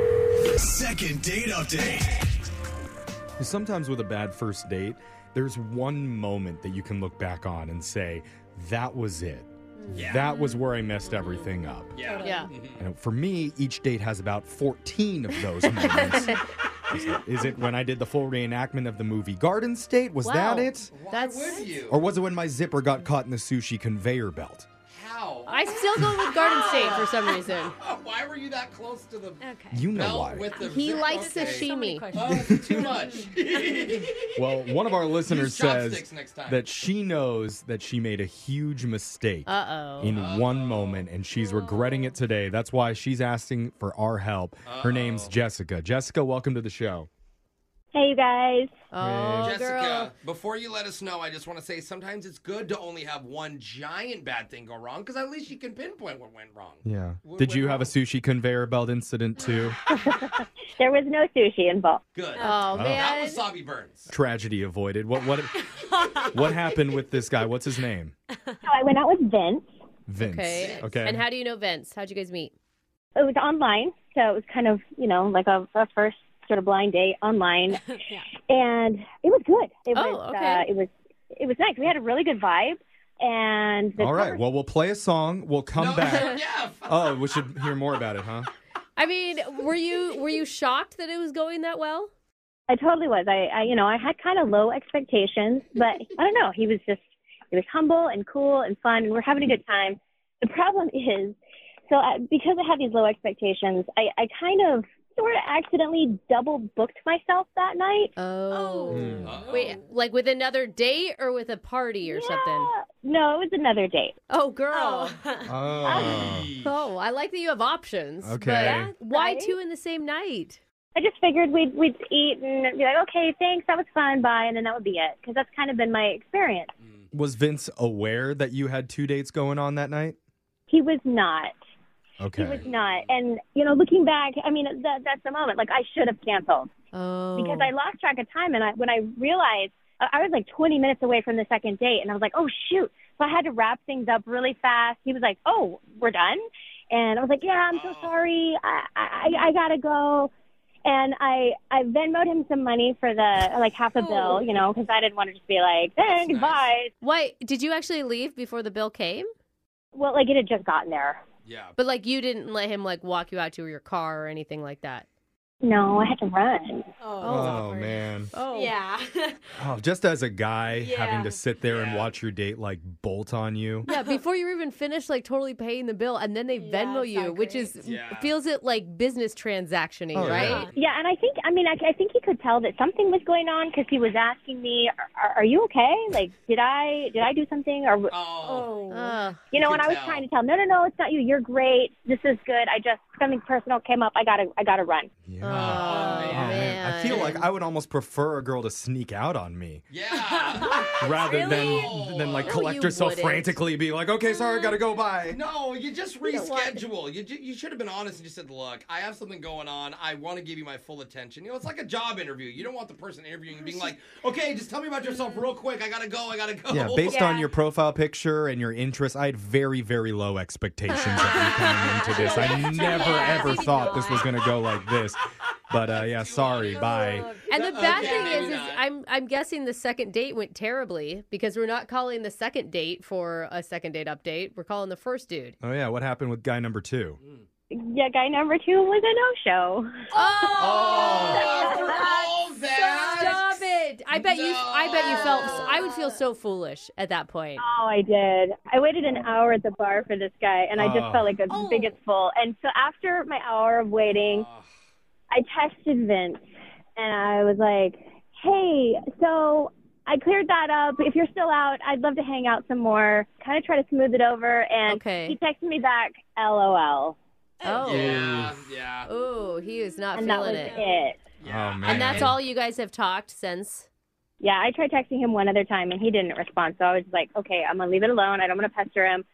S13: Second date update.
S1: Sometimes with a bad first date, there's one moment that you can look back on and say, that was it. That was where I messed everything up.
S3: Yeah.
S2: Yeah.
S1: And for me, each date has about 14 of those moments. Is it- Is it when I did the full reenactment of the movie Garden State? Was that
S2: Wow.
S1: it?
S3: Why
S2: That's-
S3: would you?
S1: Or was it when my zipper got caught in the sushi conveyor belt?
S3: How?
S2: I still go with Garden State for some reason.
S3: Why were you that close to the
S8: Okay.
S1: You know
S3: belt
S1: why.
S3: with the
S2: He
S3: zip?
S2: likes
S3: okay.
S8: So many
S2: sashimi.
S8: questions.
S3: Oh, too much.
S1: Well, one of our
S3: Use
S1: listeners
S3: chopsticks
S1: says
S3: next time.
S1: that she knows that she made a huge mistake
S2: Uh oh.
S1: in one moment and she's regretting it today. That's why she's asking for our help. Her name's Jessica. Jessica, welcome to the show.
S12: Hey, you guys.
S2: Oh,
S3: Jessica,
S2: girl.
S3: before you let us know, I just want to say sometimes it's good to only have one giant bad thing go wrong because at least you can pinpoint what went wrong.
S1: Yeah.
S3: What
S1: Did
S3: went
S1: you have a
S3: wrong?
S1: sushi conveyor belt incident too?
S12: There was no sushi involved.
S3: Good.
S2: Oh,
S3: that
S2: man.
S3: wasabi burns.
S1: Tragedy avoided. What what what happened with this guy? What's his name?
S12: So I went out with Vince.
S1: Vince.
S2: Okay.
S1: Okay.
S2: And how do you know Vince? How'd you guys meet?
S12: It was online, so it was kind of, you know, like a, a first sort of blind date online. And it was good. It
S2: Oh,
S12: was
S2: okay.
S12: uh, it was it was nice. We had a really good vibe and the
S1: All right.
S12: conver-
S1: Well, we'll play a song. We'll come
S3: No,
S1: back.
S3: yeah. f-
S1: Oh, we should hear more about it, huh?
S2: I mean, were you were you shocked that it was going that well?
S12: I totally was. I, I you know, I had kind of low expectations, but I don't know. He was just he was humble and cool and fun, and we're having a good time. The problem is, so I, because I had these low expectations, I, I kind of sort of accidentally double booked myself that night.
S2: Oh.
S3: Oh.
S2: Wait, like with another date or with a party or something?
S12: Yeah. No, it was another date.
S2: Oh, girl.
S1: Oh.
S2: Oh, I like that you have options. but
S1: Okay. Yeah,
S2: why
S12: right?
S2: two in the same night?
S12: I just figured we'd we'd eat and be like, okay, thanks, that was fun, bye, and then that would be it. Because that's kind of been my experience.
S1: Was Vince aware that you had two dates going on that night?
S12: He was not.
S1: Okay.
S12: He was not. And you know, looking back, I mean, that that's the moment. Like I should have canceled.
S2: Oh.
S12: because I lost track of time. And I, when I realized, I I was like 20 minutes away from the second date, and I was like, oh shoot! So I had to wrap things up really fast. He was like, oh, we're done, and I was like, yeah, I'm so sorry. I I, I gotta go. And I I Venmoed him some money for the like half a
S2: Oh.
S12: bill, you know, because I didn't want to just be like, "Eh, thanks,
S3: nice.
S12: bye.
S2: Why did you actually leave before the bill came?
S12: Well, like it had just gotten there.
S3: Yeah.
S2: But like you didn't let him like walk you out to your car or anything like that.
S12: No, I had to run.
S8: Oh,
S1: Oh man.
S2: Oh.
S8: Yeah.
S1: Oh, just as a guy
S8: Yeah.
S1: having to sit there and
S3: Yeah.
S1: watch your date like bolt on you.
S2: Yeah, before you're even finished like totally paying the bill and then they
S8: Yeah,
S2: Venmo
S8: it's not
S2: you, which
S8: great.
S2: is
S3: Yeah.
S2: feels it like business transactioning,
S1: Oh,
S2: right?
S1: yeah.
S12: Yeah, and I think I mean I, I think he could tell that something was going on because he was asking me, are, "Are you okay? Like, did I did I do something?" Or
S3: Oh.
S8: Oh.
S2: Ugh.
S12: you know,
S3: could
S12: and I was
S3: tell.
S12: trying to tell, him, "No, no, no, it's not you. You're great. This is good. I just something personal came up. I gotta I gotta run."
S1: Yeah.
S2: Oh,
S1: Oh, man.
S2: man.
S1: I feel like I would almost prefer a girl to sneak out on me. rather than than like
S3: No, Oh,
S1: collect
S3: you
S1: herself
S3: wouldn't.
S1: frantically be like, okay, sorry, gotta go. Bye.
S3: No, you just
S1: You don't want-
S3: reschedule. You, ju- you should have been honest and just said, look, I have something going on. I want to give you my full attention. You know, it's like a job interview. You don't want the person interviewing you being like, okay, just tell me about yourself real quick. I got to go. I got to go.
S1: Yeah, based on your profile picture and your interests, I had very, very low expectations of you coming into this. I never ever thought this was gonna go like this. But uh, yeah, sorry, bye.
S2: And the bad
S3: Okay,
S2: thing
S3: maybe
S2: is, is
S3: not.
S2: I'm I'm guessing the second date went terribly because we're not calling the second date for a second date update. We're calling the first dude.
S1: Oh yeah, what happened with guy number two?
S12: Yeah, guy number two was a no-show.
S2: Oh,
S3: After Oh, all that.
S2: Stop it! I bet you. I bet you felt. I would feel so foolish at that point.
S12: Oh, I did. I waited an hour at the bar for this guy, and I
S2: Oh.
S12: just felt like the biggest fool. And so after my hour of waiting, I texted Vince, and I was like, "Hey, so I cleared that up. If you're still out, I'd love to hang out some more. Kind of try to smooth it over." And
S2: Okay.
S12: he texted me back, "LOL."
S2: Oh.
S3: Yeah, yeah.
S2: Ooh, he is not
S12: And that
S2: feeling
S12: was
S2: it.
S12: it.
S1: Oh man.
S2: And that's all you guys have talked since.
S12: Yeah, I tried texting him one other time, and he didn't respond. So I was like, "Okay, I'm gonna leave it alone. I don't want to pester him."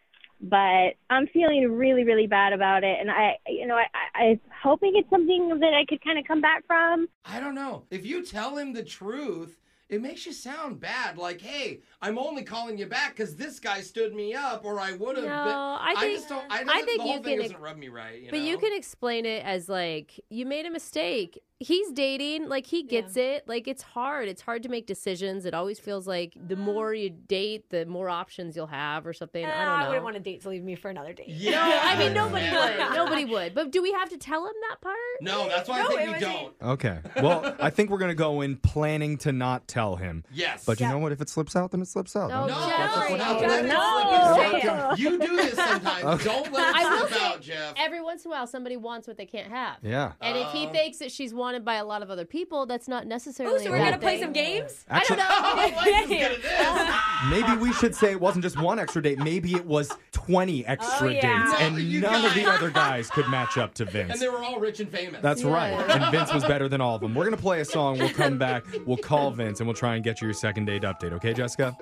S12: but I'm feeling really, really bad about it. And I, you know, I, I, I'm hoping it's something that I could kind of come back from.
S3: I don't know. If you tell him the truth, it makes you sound bad. Like, hey, I'm only calling you back because this guy stood me up, or I would have.
S2: No,
S3: been.
S2: I think-
S3: just don't. I,
S2: I
S3: doesn't-
S2: think
S3: the whole
S2: you
S3: thing
S2: can-
S3: doesn't rub me right. You
S2: but
S3: know?
S2: you can explain it as like you made a mistake. He's dating, like he gets it. Like it's hard. It's hard to make decisions. It always feels like
S8: Mm.
S2: the more you date, the more options you'll have or something. I don't know.
S8: Uh, I wouldn't want a date to leave me for another date.
S2: No, I mean nobody
S8: Yeah.
S2: would. Nobody would. But do we have to tell him that part?
S3: No, that's why
S2: No,
S3: I
S2: it
S3: think we
S2: was-
S3: don't.
S1: Okay. Well, I think we're gonna go in planning to not tell him.
S3: Yes.
S1: But you know what? If it slips out, then it slips out.
S3: Oh,
S2: No,
S1: That's-
S2: Jeffrey,
S1: that's what
S2: no,
S1: happens.
S2: Jeffrey,
S3: No.
S2: you say it.
S3: You do this sometimes.
S1: Okay.
S3: Don't let
S2: I will
S3: it slip
S2: say,
S3: out, Jeff. Oh.
S2: every once in a while, somebody wants what they can't have.
S1: Yeah.
S2: And if he thinks that she's wanted by a lot of other people, that's not necessarily.
S8: Ooh, Oh, so
S2: a
S8: we're
S2: bad
S8: gonna play
S2: thing.
S8: some games?
S1: I don't
S8: I don't know.
S1: Maybe we should say it wasn't just one extra date. Maybe it was 20 extra
S8: Oh, yeah.
S1: dates,
S3: No,
S1: and
S3: you
S1: none of
S3: guys-
S1: the other guys could match up to
S3: And
S1: Vince.
S3: they were all rich and famous.
S1: That's right. And Vince was better than all of them. We're going to play a song. We'll come back. We'll call Vince, and we'll try and get you your second date update. Okay, Jessica?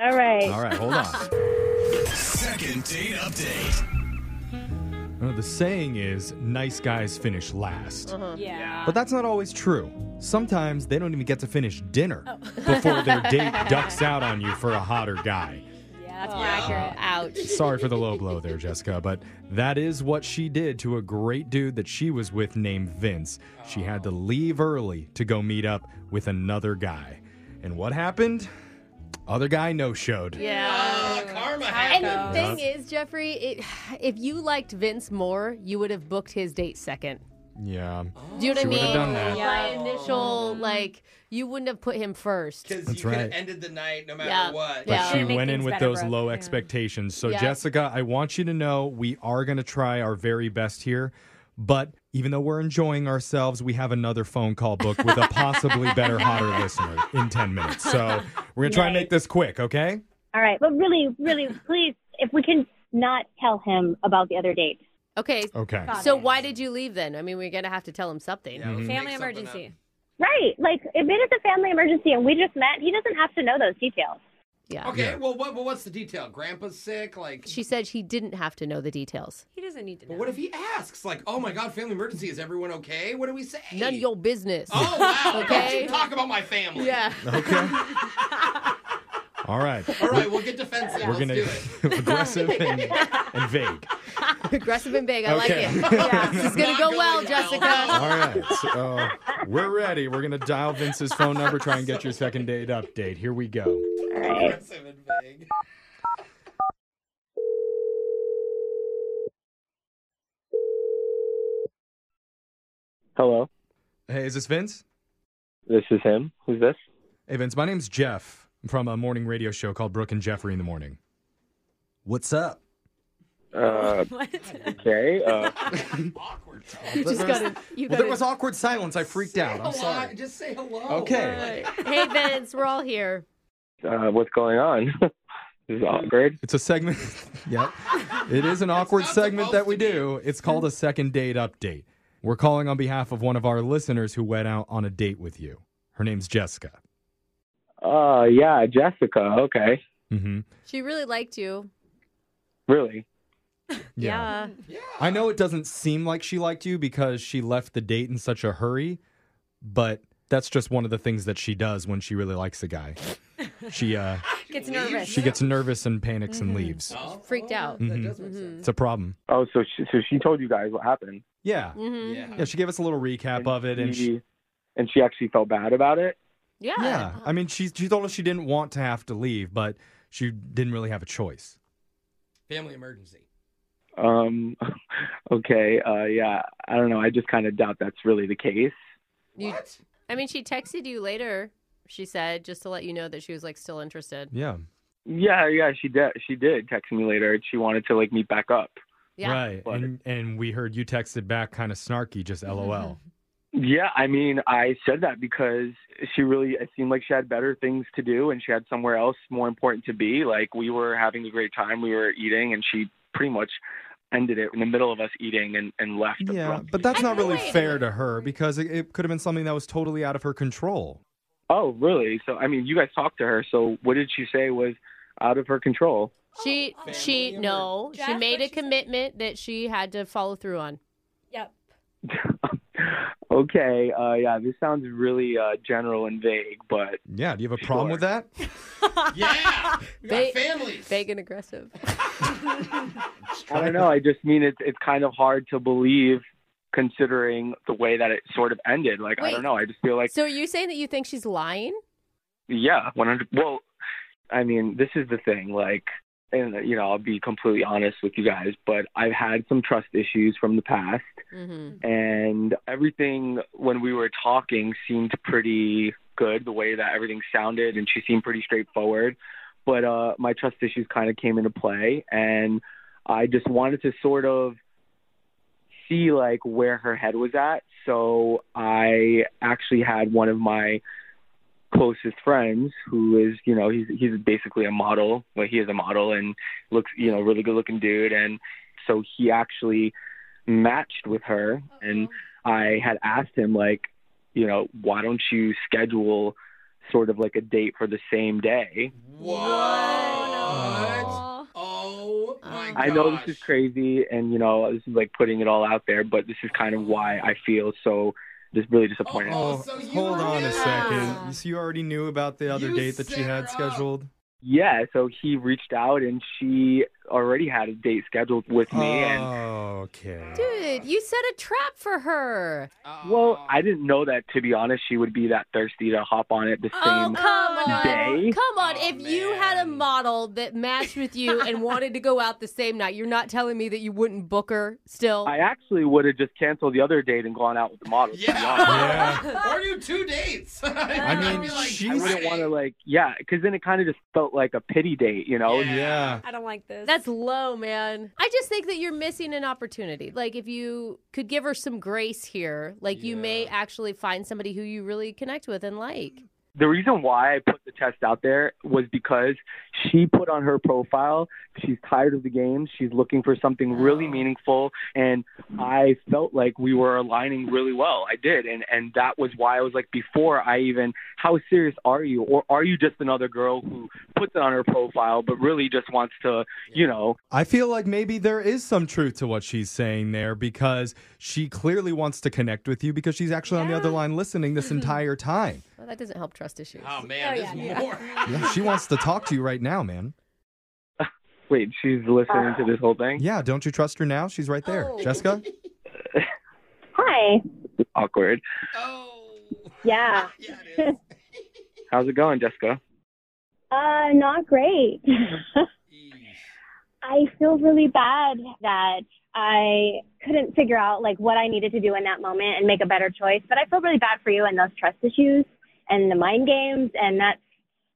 S12: All right.
S1: All right, hold on.
S13: Second date update.
S1: Uh, the saying is nice guys finish last.
S2: Uh-huh.
S8: Yeah.
S1: But that's not always true. Sometimes they don't even get to finish dinner before their date ducks out on you for a hotter guy.
S8: Yeah,
S3: Oh.
S8: that's more accurate.
S2: Ouch.
S1: Sorry for the low blow there, Jessica, but that is what she did to a great dude that she was with named Vince. She had to leave early to go meet up with another guy. And what happened? Other guy no showed.
S2: Yeah.
S3: Uh, karma
S2: And
S3: happened.
S2: the thing is, Jeffrey, it, if you liked Vince more, you would have booked his date second.
S1: Yeah.
S2: Do you know
S1: She
S2: what I
S1: would've
S2: mean?
S1: done that.
S2: My initial, like, you wouldn't have put him first.
S3: Because
S1: That's
S3: you could
S1: right.
S3: have ended the night no matter
S2: Yeah.
S3: what.
S1: But
S2: Yeah.
S1: she
S2: Gotta
S8: make
S1: went in
S8: things
S1: with
S8: better,
S1: those
S8: Brooke.
S1: low
S8: Yeah.
S1: expectations. So,
S2: Yeah.
S1: Jessica, I want you to know we are going to try our very best here. But even though we're enjoying ourselves, we have another phone call booked with a possibly better, hotter listener in 10 minutes. So, we're going to try and make this quick, okay?
S12: All right. But really, really, please, if we can not tell him about the other date.
S2: Okay.
S1: Okay.
S8: Got
S2: So
S8: it.
S2: why did you leave then? I mean, we're gonna have to tell him something.
S3: Yeah, let's
S1: Mhm.
S3: make
S8: Family
S3: something
S8: emergency.
S12: Right. Like, if it is a family emergency and we just met, he doesn't have to know those details.
S2: Yeah.
S3: up. Okay, well, what, well, what's the detail? Grandpa's sick? Like,
S2: She said she didn't have to know the details.
S8: He doesn't need to know.
S3: but what if he asks? Like, oh my God, family emergency. Is everyone okay? What do we say?
S2: None of your business.
S3: Oh, wow. Don't
S2: Okay.
S3: you talk about my family.
S2: Yeah.
S1: Okay. All right.
S3: All right, we'll get defensive.
S1: We're
S3: Let's
S1: going
S3: do it.
S1: to aggressive and, and vague.
S2: Aggressive and big. I
S1: Okay.
S2: like it. Yeah. This is gonna
S3: Not
S2: go
S3: going
S2: well,
S3: well.
S2: Jessica.
S1: All right. So uh, we're ready. We're going to dial Vince's phone number, try and get your second date update. Here we go.
S12: All right.
S3: Aggressive and vague.
S14: Hello,
S1: Hey, is this Vince?
S14: this is him. Who's this?
S1: Hey, Vince, my name's Jeff. I'm from a morning radio show called Brooke and Jeffrey in the Morning. What's up?
S14: Uh, okay. Uh,
S3: Awkward.
S2: You just gotta. You
S1: well,
S2: gotta.
S1: there was awkward silence. I freaked out. I'm
S3: Hello,
S1: sorry.
S3: Just say hello.
S1: Okay.
S2: hey Vince, we're all here.
S14: uh, what's going on? this is awkward.
S1: It's a segment. yep. It is an awkward segment
S3: supposed
S1: that we
S3: to be.
S1: do. It's called a second date update. We're calling on behalf of one of our listeners who went out on a date with you. Her name's Jessica.
S14: Oh, yeah, Jessica. Okay.
S1: Mm-hmm.
S2: She really liked you.
S14: Really?
S2: Yeah.
S1: I know it doesn't seem like she liked you because she left the date in such a hurry, but that's just one of the things that she does when she really likes a guy. She uh
S8: Gets nervous.
S1: she gets nervous and panics and leaves.
S2: Freaked out.
S1: Mhm. It's a problem.
S14: Oh, so she, so she told you guys what happened.
S1: Yeah.
S2: Mhm.
S1: Yeah, she gave us a little recap of it and she
S14: and she actually felt bad about it.
S2: Yeah.
S1: Yeah. I mean, she she told us she didn't want to have to leave, but she didn't really have a choice.
S3: Family emergency.
S14: Um, okay, uh, yeah, I don't know. I just kind of doubt that's really the case.
S2: You, I mean, she texted you later. She said just to let you know that she was like still interested.
S1: Yeah.
S14: Yeah, yeah, she did. She did text me later. She wanted to like meet back up.
S2: Yeah.
S1: Right. And and we heard you texted back kind of snarky, just LOL.
S14: Yeah, I mean, I said that because she really it seemed like she had better things to do and she had somewhere else more important to be. Like we were having a great time, we were eating, and she pretty much ended it in the middle of us eating and, and left.
S1: Yeah,
S14: abruptly.
S1: but that's not really fair to her because it, it could have been something that was totally out of her control.
S14: Oh, really? So I mean, you guys talked to her. So what did she say was out of her control?
S2: She she no. She made a commitment that she had to follow through on.
S8: Yep.
S14: Okay, uh, yeah, this sounds really uh, general and vague, but
S1: yeah, do you have a problem with that?
S2: Ba- Vague and aggressive.
S14: I don't know. I just mean it's it's kind of hard to believe considering the way that it sort of ended. Like I
S2: Wait.
S14: don't know. I just feel like
S2: so are you saying that you think she's lying?
S14: yeah, 100 well, I mean, this is the thing like and you know, I'll be completely honest with you guys, but I've had some trust issues from the past
S2: Mm-hmm.
S14: and everything when we were talking seemed pretty good the way that everything sounded and she seemed pretty straightforward but uh my trust issues kind of came into play and i just wanted to sort of see like where her head was at so i actually had one of my closest friends who is you know he's he's basically a model well he is a model and looks you know really good looking dude and so he actually matched with her and
S2: Uh-huh.
S14: I had asked him like, you know, why don't you schedule sort of like a date for the same day?
S3: What? Oh my
S14: I know this is crazy and you know, this is like putting it all out there, but this is kind of why I feel so just really disappointed.
S1: Oh, hold on a second. So you already knew about the other date that she had scheduled?
S14: Yeah, so he reached out and she already had a date scheduled with me and
S1: Oh, okay.
S2: Dude, you set a trap for her.
S14: well, I didn't know that to be honest she would be that thirsty to hop on it the
S2: Oh,
S14: same
S2: come on.
S14: day.
S2: Come on. if you had a model that matched with you and wanted to go out the same night, you're not telling me that you wouldn't book her still?
S14: I actually would have just canceled the other date and gone out with the model. Yeah.
S3: Or do two dates.
S14: I mean, she's. I wouldn't want to like, yeah, because then it kind of just felt like a pity date, you know?
S1: Yeah.
S8: I don't like this.
S2: That's low, man. I just think that you're missing an opportunity. Like, if you could give her some grace here, like, you may actually find somebody who you really connect with and like.
S14: The reason why I put the test out there was because she put on her profile, she's tired of the game, she's looking for something really meaningful, and I felt like we were aligning really well. I did, and and that was why I was like, before I even, how serious are you, or are you just another girl who puts it on her profile but really just wants to, you know,
S1: I feel like maybe there is some truth to what she's saying there because she clearly wants to connect with you because she's actually on the other line listening this entire time.
S2: Well, that doesn't help trust issues.
S3: Oh, man,
S2: Oh,
S3: there's
S2: yeah, yeah.
S3: more.
S1: Yeah, she wants to talk to you right now, man.
S14: Wait, she's listening to this whole thing?
S1: Yeah, don't you trust her now? She's right there. Jessica?
S12: Hi.
S14: awkward.
S12: Yeah.
S14: How's it going, Jessica?
S12: Uh, not great. I feel really bad that I couldn't figure out like what I needed to do in that moment and make a better choice. But I feel really bad for you and those trust issues and the mind games and that's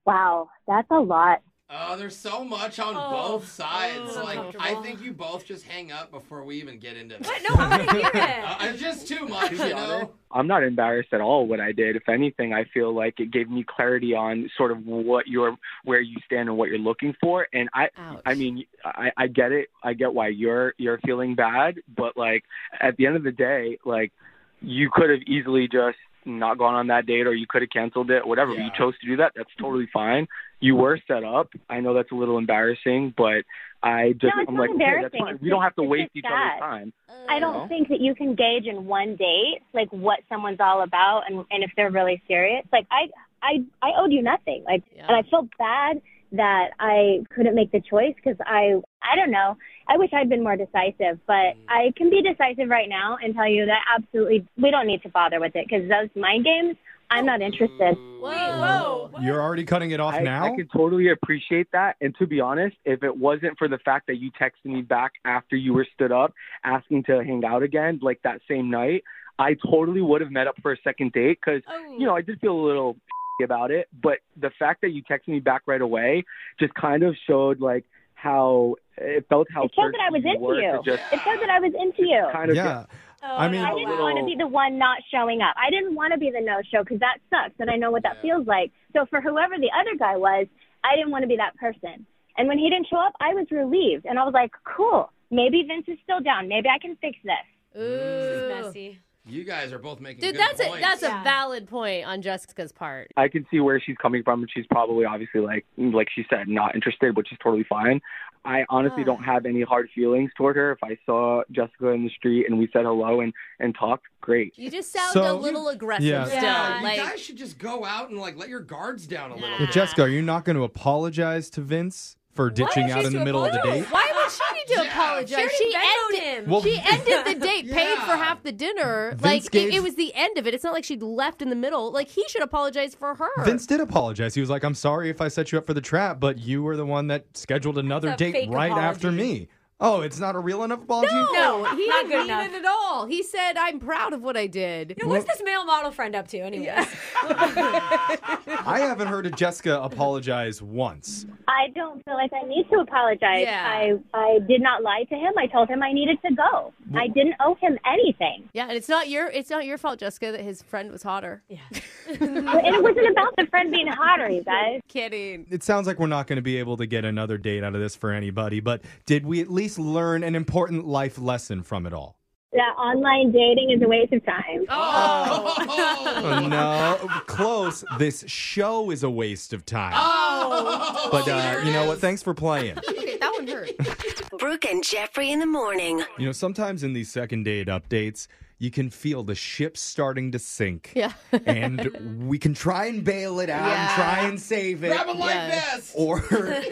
S12: wow, that's a lot.
S3: Oh, there's so much on
S8: Oh.
S3: both sides.
S8: Oh.
S3: like, I
S8: Uncomfortable.
S3: think you both just hang up before we even get into this.
S8: What? No, I wanna hear it.
S3: Uh, it's just too much, you know?
S14: I'm not embarrassed at all what I did. If anything, I feel like it gave me clarity on sort of what you're, where you stand and what you're looking for. And I, I mean, I, I get it. I get why you're you're feeling bad, but like at the end of the day, like you could have easily just not gone on that date or you could have canceled it, whatever. But you chose to do that. That's totally fine. You were set up. I know that's a little embarrassing, but I just
S12: No, it's
S14: I'm
S12: not
S14: like, okay, that's
S12: embarrassing.
S14: fine.
S12: It's
S14: We don't have to
S12: just-
S14: waste
S12: it's
S14: each
S12: just
S14: other's
S12: sad.
S14: time.
S12: I don't
S14: Mm-hmm.
S12: think that you can gauge in one date like what someone's all about and and if they're really serious. Like I I I owed you nothing. Like and I felt bad that I couldn't make the choice because I I don't know. I wish I'd been more decisive, but
S8: Mm.
S12: I can be decisive right now and tell you that absolutely we don't need to bother with it because those mind games. I'm not interested.
S8: Whoa.
S1: You're already cutting it off
S14: I,
S1: now?
S14: I can totally appreciate that. And to be honest, if it wasn't for the fact that you texted me back after you were stood up asking to hang out again, like that same night, I totally would have met up for a second date because, you
S12: Oh.
S14: know, I did feel a little about it. But the fact that you texted me back right away just kind of showed, like, how it felt how
S12: It showed that I was
S14: thirsty you
S12: into
S14: were to
S12: you.
S14: just-
S12: It showed that I was into you.
S14: Kind of Yeah.
S1: I mean-
S12: Oh, I didn't want to be the one not showing up. I didn't want to be the no show because that sucks, and I know what that feels like. So for whoever the other guy was, I didn't want to be that person. And when he didn't show up, I was relieved, and I was like, cool. Maybe Vince is still down. Maybe I can fix this.
S8: messy.
S3: You guys are both making
S2: Dude,
S3: good
S2: that's a
S3: points.
S2: that's a valid point on Jessica's part.
S14: I can see where she's coming from, and she's probably obviously like, like she said, not interested, which is totally fine. I honestly don't have any hard feelings toward her. If I saw Jessica in the street and we said hello and and talked, great.
S2: You just sound a
S1: So-
S2: little aggressive
S1: Yeah.
S2: still.
S3: Yeah,
S2: like
S3: you guys should just go out and like let your guards down a little.
S1: Yeah, Jessica, are you not going to apologize to Vince for ditching out in the middle of the date?
S2: Why would she need to apologize?
S8: She
S2: She
S8: already Venmoed
S2: ended,
S8: him.
S1: Well-
S2: she ended the date, paid for
S8: Yeah.
S2: half the dinner.
S1: Vince
S2: like,
S1: gave-
S2: it, it was the end of it. It's not like she left in the middle. Like, he should apologize for her.
S1: Vince did apologize. He was like, I'm sorry if I set you up for the trap, but you were the one that scheduled another
S2: That's a
S1: date
S2: fake
S1: right
S2: apology.
S1: after me. Oh, it's not a real enough apology?
S2: no, he
S8: not
S2: didn't
S8: good
S2: mean
S8: enough.
S2: it at all. He said, I'm proud of what I did.
S8: You know, what's this male model friend up to, anyway?
S1: I haven't heard of Jessica apologize once.
S12: I don't feel like I need to apologize.
S2: Yeah.
S12: I I did not lie to him. I told him I needed to go. I didn't owe him anything.
S2: Yeah, and it's not your it's not your fault, Jessica, that his friend was hotter. Yeah.
S12: and it wasn't about the friend being hotter, you guys.
S2: Kidding.
S1: It sounds like we're not going to be able to get another date out of this for anybody, but did we at least learn an important life lesson from it all?
S12: that online dating is a waste of time.
S1: Oh, no, close. This show is a waste of time.
S6: Oh.
S1: But uh, you know what? Thanks for playing.
S2: Okay, that one hurt.
S6: Brooke and Jeffrey in the morning.
S1: You know, sometimes in these second date updates, you can feel the ship starting to sink.
S2: Yeah.
S1: and we can try and bail it out and
S2: Yeah.
S1: try and save it.
S3: Grab a life Yes. vest.
S1: Or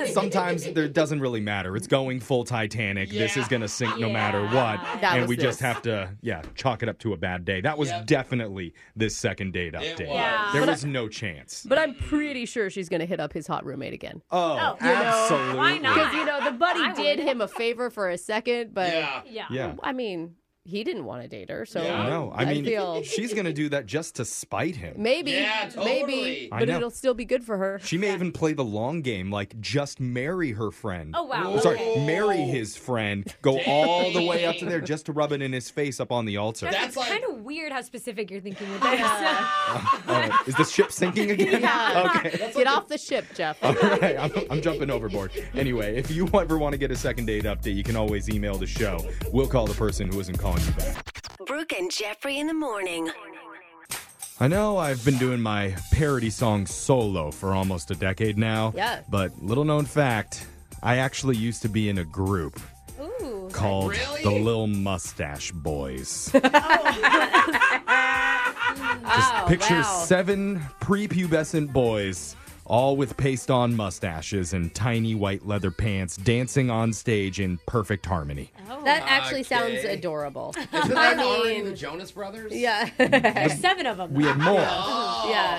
S1: sometimes there doesn't really matter. It's going full Titanic. This is going to sink no matter what.
S2: That
S1: and
S2: was
S1: we just
S2: this.
S1: have to, yeah, chalk it up to a bad day. That was definitely this second date update.
S2: was. Yeah.
S1: There
S2: But I-
S1: was no chance.
S2: But I'm pretty sure she's gonna hit up his hot roommate again.
S1: Oh,
S2: You know,
S1: absolutely.
S2: Because you know the buddy did him a favor for a second, but
S1: Yeah. Yeah. Yeah.
S2: I mean, he didn't want to date her, so
S1: No, I mean,
S2: feel
S1: she's going to do that just to spite him.
S2: maybe, maybe,
S1: totally. I
S2: but
S1: know.
S2: it'll still be good for her.
S1: She may even play the long game, like just marry her friend.
S2: Oh, wow.
S1: I'm Sorry,
S2: Okay.
S1: marry his friend. Go all the way up to there just to rub it in his face up on the altar.
S8: That's kind of weird how specific you're thinking with this.
S1: Oh, is the ship sinking again? Okay.
S2: Get off the ship, Jeff.
S1: All right, I'm, I'm jumping overboard. Anyway, if you ever want to get a second date update, you can always email the show. We'll call the person who isn't calling you back.
S6: Brooke and Jeffrey in the morning.
S1: I know I've been doing my parody song solo for almost a decade now.
S6: Yeah.
S1: But little known fact, I actually used to be in a group
S8: Ooh.
S1: called the Lil Mustache Boys.
S2: Oh,
S1: Just picture seven prepubescent boys, all with paste on mustaches and tiny white leather pants, dancing on stage in perfect harmony.
S2: That actually sounds
S3: Okay.
S2: adorable.
S3: Isn't
S2: I
S3: that already
S2: mean-
S3: the Jonas Brothers?
S2: Yeah.
S1: There's
S8: seven of them.
S1: We had more.
S2: yeah.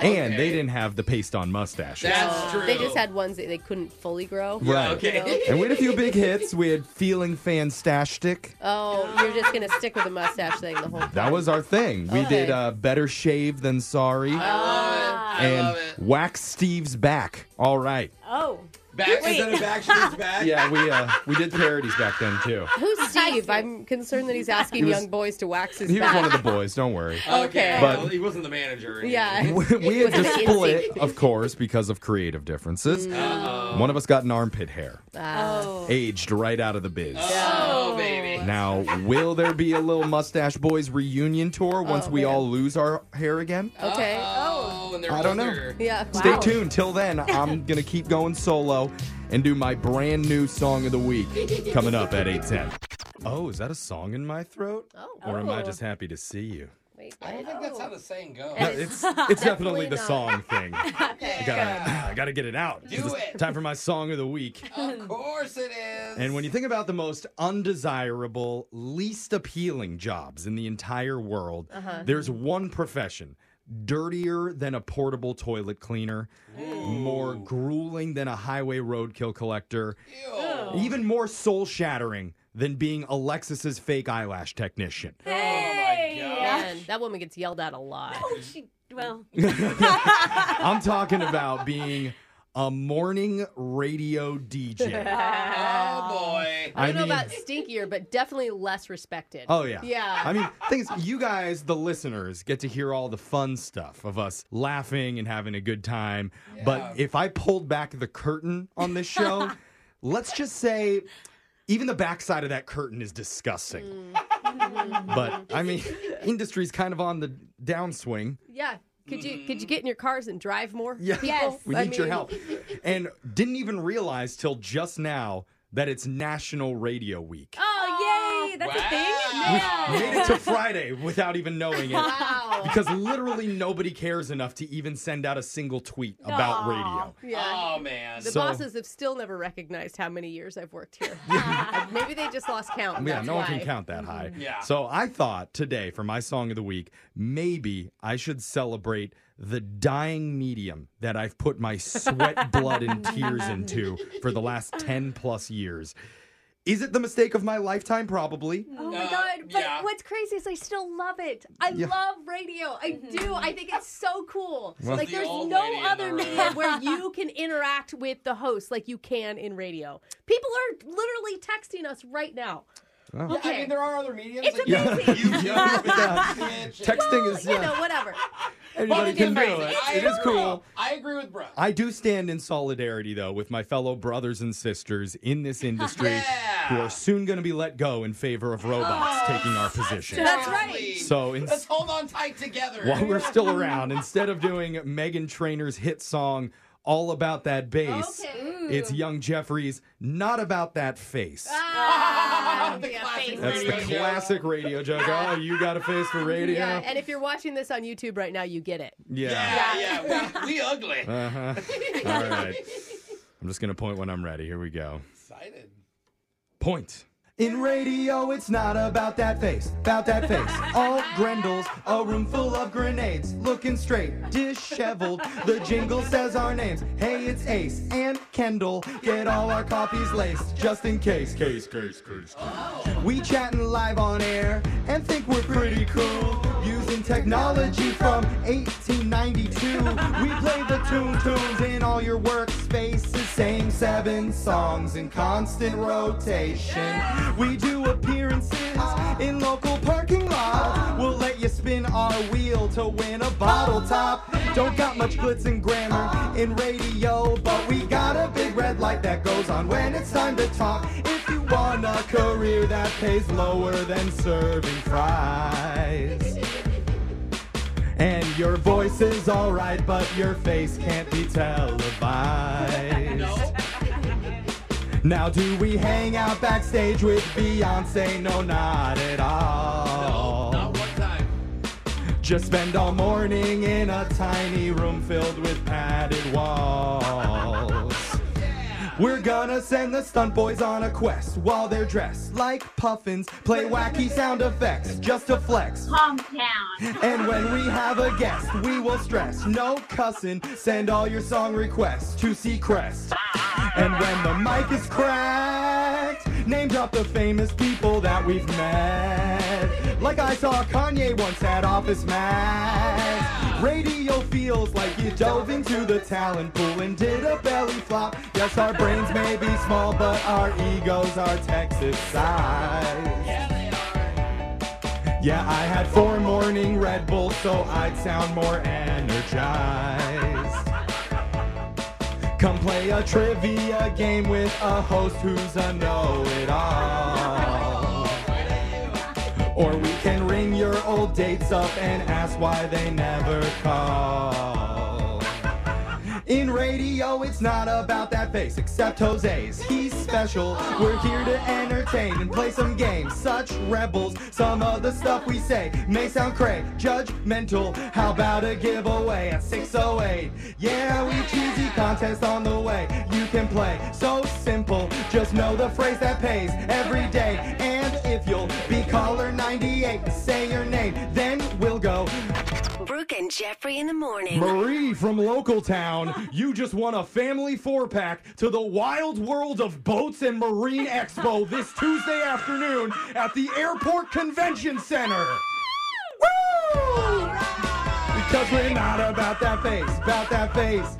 S1: Oh. And they didn't have the paste on mustaches.
S3: That's
S2: They just had ones that they couldn't fully grow.
S1: Right.
S2: You know?
S1: And we had a few big hits. We had Feeling Fantastic.
S2: Oh, you're just gonna stick with the mustache thing the whole time.
S1: That was our thing. We
S2: Okay.
S1: did uh, Better Shave Than Sorry.
S2: Ah.
S1: and Wax Steve's Back. All right.
S8: Oh.
S3: Back
S2: Wait.
S3: instead of back, she was back.
S1: Yeah, we uh, we did parodies back then too.
S2: Who's Steve? I'm concerned that he's asking
S1: He was-
S2: young boys to wax his
S1: He was
S2: back.
S1: one of the boys. Don't worry.
S2: Okay.
S1: But-
S3: Well, he wasn't the manager.
S2: yeah.
S1: we had
S2: It
S1: to
S2: was
S1: split, of course, because of creative differences. One of us got an armpit hair,
S2: Mm. Oh.
S1: aged right out of the biz.
S3: Oh, baby.
S1: Now, will there be a little Mustache Boys reunion tour once
S2: Oh,
S1: we all lose our hair again?
S2: Okay.
S3: Oh, and they're
S1: I don't know.
S3: older.
S2: Yeah.
S1: Stay tuned. Till then, I'm going to keep going solo and do my brand new song of the week coming up at 810. Oh, is that a song in my throat?
S2: Oh.
S1: Or am I just happy to see you?
S3: I don't think that's how the saying goes.
S1: No, it's it's definitely the song thing. I gotta, I gotta get it out.
S3: Do
S1: 'Cause
S3: it.
S1: it's Time for my song of the week.
S3: Of course it is.
S1: And when you think about the most undesirable, least appealing jobs in the entire world,
S3: Uh-huh.
S1: there's one profession dirtier than a portable toilet cleaner, more grueling than a highway roadkill collector, even more soul shattering than being Alexis's fake eyelash technician.
S2: Hey. Oh Man, that woman gets yelled at a lot. Oh,
S8: she. Well.
S1: I'm talking about being a morning radio
S2: Oh,
S1: DJ.
S3: Oh boy.
S1: I
S2: I don't
S1: mean-
S2: know about stinkier, but definitely less respected.
S1: Oh yeah.
S2: Yeah.
S1: I mean, thing is, you guys, the listeners, get to hear all the fun stuff of us laughing and having a good time.
S3: Yeah.
S1: But if I pulled back the curtain on this show, let's just say even the backside of that curtain is disgusting.
S2: Mm.
S1: But I mean, industry's kind of on the downswing.
S2: yeah. Could you could you get in your cars and drive more?
S1: Yeah.
S2: people?
S1: We need
S2: I
S1: your
S2: mean-
S1: help. And didn't even realize till just now that it's National Radio Week.
S8: Oh, yay! That's a thing. Yeah.
S1: We made it to Friday without even knowing it.
S8: Wow.
S1: Because literally nobody cares enough to even send out a single tweet about radio.
S2: Yeah.
S3: Oh man.
S2: The
S1: So-
S2: bosses have still never recognized how many years I've worked here. And Maybe they just lost count.
S1: Yeah,
S2: that's Mm-hmm.
S1: no one can
S2: why.
S1: count that high.
S3: Yeah.
S1: So I thought today for my song of the week, maybe I should celebrate the dying medium that I've put my sweat, blood, and tears into for the last 10 plus years. Is it the mistake of my lifetime? Probably.
S8: Oh my god! But
S1: yeah.
S8: what's crazy is I still love it. I
S1: Yeah.
S8: love radio. I do. I think it's so cool.
S1: Well-
S2: like
S1: The
S2: there's
S1: old
S2: no
S1: lady in the
S2: other
S1: room.
S2: medium where you can interact with the host like you can in radio. People are literally texting us right now.
S1: Oh.
S3: Yeah, I mean, there are other mediums.
S2: It's
S3: like
S1: amazing.
S3: YouTube,
S1: Yeah.
S3: Twitch, and-
S1: Texting is,
S2: you
S1: yeah.
S2: know, whatever.
S1: Anybody can do it.
S3: I
S1: It is
S3: agree.
S1: cool.
S3: I agree with Brett.
S1: I do stand in solidarity, though, with my fellow brothers and sisters in this industry who are soon going to be let go in favor of robots
S3: Oh,
S1: taking our position.
S3: That's right.
S1: So in-
S3: let's hold on tight together.
S1: While we're still around, instead of doing Megan Trainor's hit song, All About That Bass,
S3: Okay.
S1: it's Young Jeffrey's Not About That Face.
S3: the classic
S1: That's the
S3: Ah, radio.
S1: classic radio joke. Oh, you got a face for radio?
S2: Yeah, and if you're watching this on YouTube right now, you get it.
S1: Yeah.
S3: Yeah, yeah, we, we ugly.
S1: Uh-huh. All right. I'm just going to point when I'm ready. Here we go.
S3: Excited.
S1: Point. In radio, it's not about that face, about that face. All Grendels, a room full of grenades, looking straight, disheveled. The jingle says our names. Hey, it's Ace and Kendall. Get all our copies laced, just in case. Case, case, case. We chatting live on air and think we're pretty cool. Using technology from 1892, we play the tune tunes in all your workspaces. Same seven songs in constant rotation. We do appearances in local parking lots. We'll let you spin our wheel to win a bottle top. Don't got much glitz and grammar in radio, but we got a big red light that goes on when it's time to talk. If you want a career that pays lower than serving fries. And your voice is alright, but your face can't be televised. Now, do we hang out backstage with Beyonce? No, not at all. No, not one time. Just spend all morning in a tiny room filled with padded walls. We're gonna send the stunt boys on a quest while they're dressed like puffins. Play wacky sound effects just to flex.
S9: Calm down.
S1: And when we have a guest, we will stress. No cussing. Send all your song requests to Seacrest. And when the mic is cracked, name drop the famous people that we've met. Like I saw Kanye once at Office Max. Radio
S9: feels like you dove into the talent pool and did a belly flop. Yes, our brains may be small, but our egos are Texas size. Yeah, I had four morning Red Bulls, so I'd sound more energized. Come play a trivia game with a host who's a know-it-all. Or we can ring your old dates up and ask why they never call. In radio, it's not about that face, except Jose's. He's special. We're here to entertain and play some games. Such rebels, some of the stuff we say may sound cray, judgmental. How about a giveaway at 608? Yeah, we cheesy contest on the way. You can play, so simple. Just know the phrase that pays every day. And if you'll be caller 98 and say your name, then we'll go.
S6: Brooke and Jeffrey in the morning.
S1: Marie from local town, you just won a family four pack to the wild world of boats and marine expo this Tuesday afternoon at the Airport Convention Center.
S9: Because we're not about that face, about that face.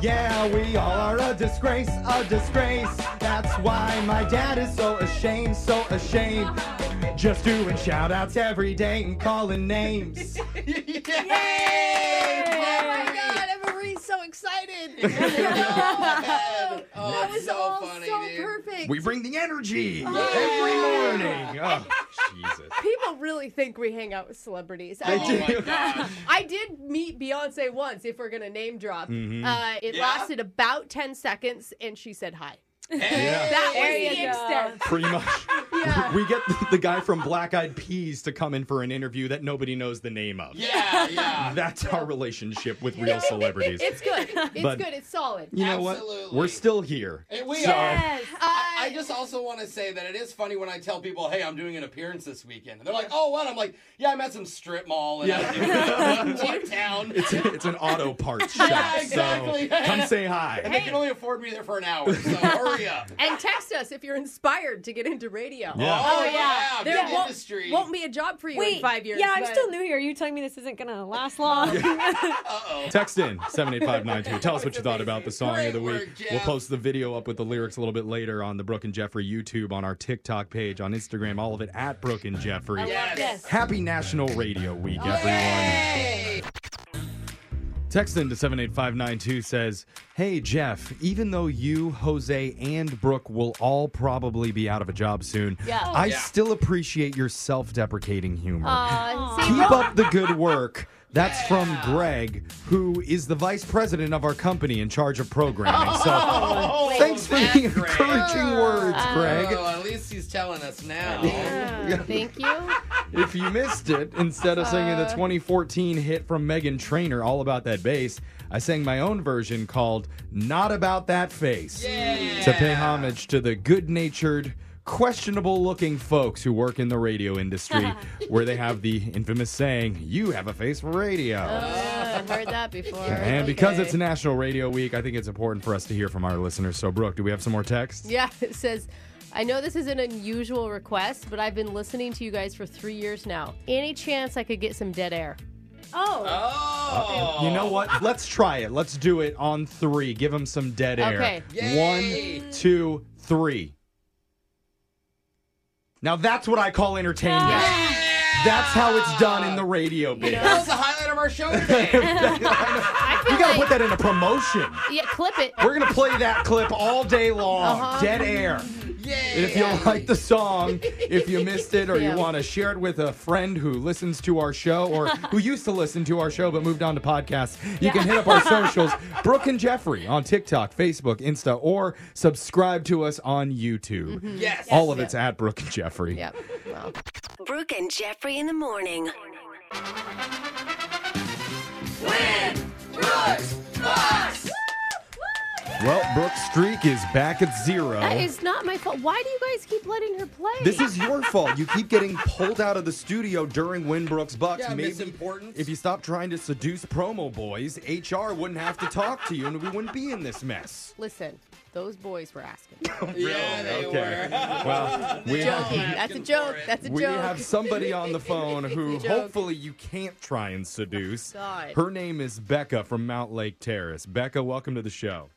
S9: Yeah, we all are a disgrace, a disgrace. That's why my dad is so ashamed, so ashamed. Just doing shout outs every day and calling names.
S8: Yay! Oh my god, everybody's so excited. that was all so perfect.
S1: We bring the energy
S8: Oh.
S1: every morning. Oh, Jesus.
S2: People really think we hang out with celebrities.
S1: They
S2: mean,
S1: do. Oh my gosh.
S2: I did meet Beyonce once, if we're going to name drop.
S1: Mhm.
S2: Uh, it
S1: Yeah?
S2: lasted about 10 seconds, and she said hi.
S1: Yeah.
S2: That was
S8: There you
S2: the
S8: go.
S2: extent.
S1: Pretty much.
S2: Yeah.
S1: We get the guy from Black Eyed Peas to come in for an interview that nobody knows the name of.
S3: Yeah, yeah.
S1: That's our relationship with real celebrities.
S2: It's good. It's
S1: But
S2: good. It's solid.
S1: You know what? We're still here.
S3: Hey, we
S1: So-
S3: are. I, I just also want to say that it is funny when I tell people, "Hey, I'm doing an appearance this weekend," and they're like, "Oh, what?" I'm like, "Yeah, I'm at some strip mall and
S1: Yeah.
S3: one town."
S1: It's, it's an auto parts
S3: Yeah,
S1: shop.
S3: exactly.
S1: So come say hi.
S3: And they can only afford me there for an hour, so hurry up.
S2: And text us if you're inspired to get into radio.
S3: Yeah.
S2: Oh,
S3: Oh,
S2: yeah.
S3: yeah,
S2: There
S3: big
S2: won't,
S3: industry.
S2: won't be a job for you in
S15: Wait,
S2: five years.
S15: yeah, I'm
S2: but-
S15: still new here. You telling me this isn't gonna last long?
S1: Text in 78592. Tell us what you thought about the song of the week. we'll post the video up with the lyrics a little bit later on the Brooke and Jeffrey YouTube, on our TikTok page, on Instagram, all of it at Brooke and Jeffrey.
S6: I love Yes. this.
S1: Happy National Radio Week, everyone. Text into 78592 says, Hey, Jeff, even though you, Jose, and Brooke will all probably be out of a job soon,
S2: Yeah.
S6: Oh,
S1: I
S2: Yeah.
S1: still appreciate your self deprecating humor.
S2: Aw, see,
S1: Keep
S2: Ro-
S1: up the good work. That's from Greg, who is the vice president of our company in charge of programming.
S3: Oh,
S1: So thanks for
S3: that
S1: the
S3: Greg.
S1: encouraging words,
S3: Oh,
S1: Greg.
S3: at least he's telling us now.
S2: Thank you.
S1: If you missed it, instead of singing the
S2: Uh.
S1: 2014 hit from Megan Trainor, All About That Bass, I sang my own version called Not About That Face to pay homage to the good natured, questionable looking folks who work in the radio industry, where they have the infamous saying, You have a face for radio.
S2: I've heard that before.
S1: And because it's National Radio Week, I think it's important for us to hear from our listeners. So, Brooke, do we have some more texts?
S2: Yeah, it says, I know this is an unusual request, but I've been listening to you guys for three years now. Any chance I could get some dead air?
S15: Oh.
S1: Uh, You know what? Let's try it. Let's do it on three. Give them some dead air.
S2: Okay. Yay.
S1: One, two, three. Now that's what I call entertainment. That's how it's done in the radio biz.
S3: That was the highlight of our show today.
S1: We gotta put that in a promotion.
S2: Yeah, clip it.
S1: We're gonna play that clip all day long.
S2: Uh-huh.
S1: Dead air. And if you like the song, if you missed it, or
S2: Yeah.
S1: you want to share it with a friend who listens to our show or who used to listen to our show but moved on to podcasts, you can hit up our socials, Brooke and Jeffrey on TikTok, Facebook, Insta, or subscribe to us on YouTube.
S6: Mhm. Yes.
S1: All of
S6: Yes.
S1: it's at Brooke and Jeffrey.
S2: Yep. Well.
S6: Brooke and Jeffrey in the morning.
S3: Drugs,
S1: Well, Brooke's streak is back at zero.
S2: That is not my fault. Why do you guys keep letting her play?
S1: This is your fault. You keep getting pulled out of the studio during Winbrook's Bucks.
S3: Yeah,
S1: Maybe
S3: Miss Importance.
S1: if you stopped trying to seduce promo boys, HR wouldn't have to talk to you and we wouldn't be in this mess.
S2: Listen, those boys were asking.
S1: Yeah, they
S2: were.
S1: okay. Well, we
S2: joking. That's a joke. That's a
S1: we
S2: joke.
S1: have somebody on the phone who
S2: Joke. Oh,
S1: hopefully you can't try and seduce.
S2: God.
S1: Her name is Becca from Mount Lake Terrace. Becca, welcome to the show.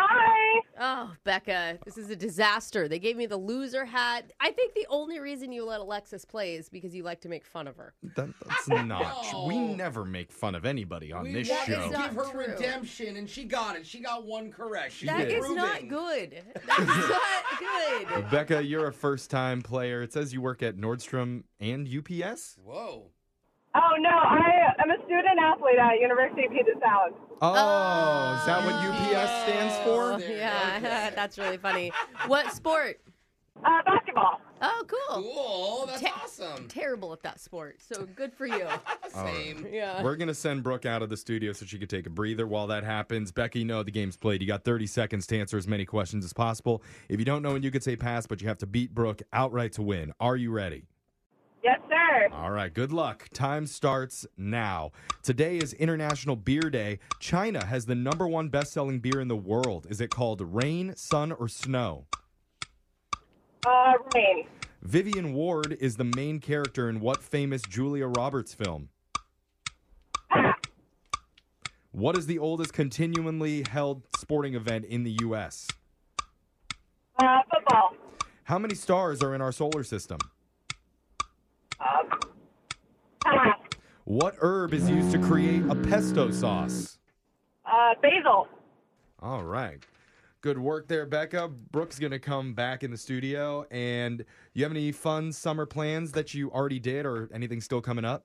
S12: Hi.
S2: Oh, Becca, this is a disaster. They gave me the loser hat. I think the only reason you let Alexis play is because you like to make fun of her.
S1: That, that's not. tr- We
S2: Oh.
S1: never make fun of anybody on
S3: We
S1: this
S3: wanted
S1: show.
S3: to give her redemption, and she got it. She got one correct. She's
S2: That is not
S3: improving.
S2: good. That's not good.
S1: Becca, you're a first time player. It says you work at Nordstrom and UPS.
S3: Whoa.
S11: Oh no, I am a student athlete at University of Puget Sound.
S1: Oh, is that what UPS stands for?
S2: Oh, Yeah, that's really funny. What sport?
S11: Uh, basketball.
S2: Oh, cool.
S3: Cool. That's awesome.
S2: Terrible at that sport. So good for you.
S1: All right.
S2: Yeah.
S1: We're going to send Brooke out of the studio so she could take a breather while that happens. Becky, you know the game's played. You got 30 seconds to answer as many questions as possible. If you don't know, and you could say pass, but you have to beat Brooke outright to win. Are you ready?
S11: Yes, sir.
S1: All right, good luck. Time starts now. Today is International Beer Day. China has the number one best selling beer in the world. Is it called Rain, Sun, or Snow?
S11: Uh, rain.
S1: Vivian Ward is the main character in what famous Julia Roberts film? What is the oldest continually held sporting event in the U.S.?
S11: Uh, football.
S1: How many stars are in our solar system? What herb is used to create a pesto sauce?
S11: Uh, basil.
S1: All right. Good work there, Becca. Brooke's going to come back in the studio. And you have any fun summer plans that you already did or anything still coming up?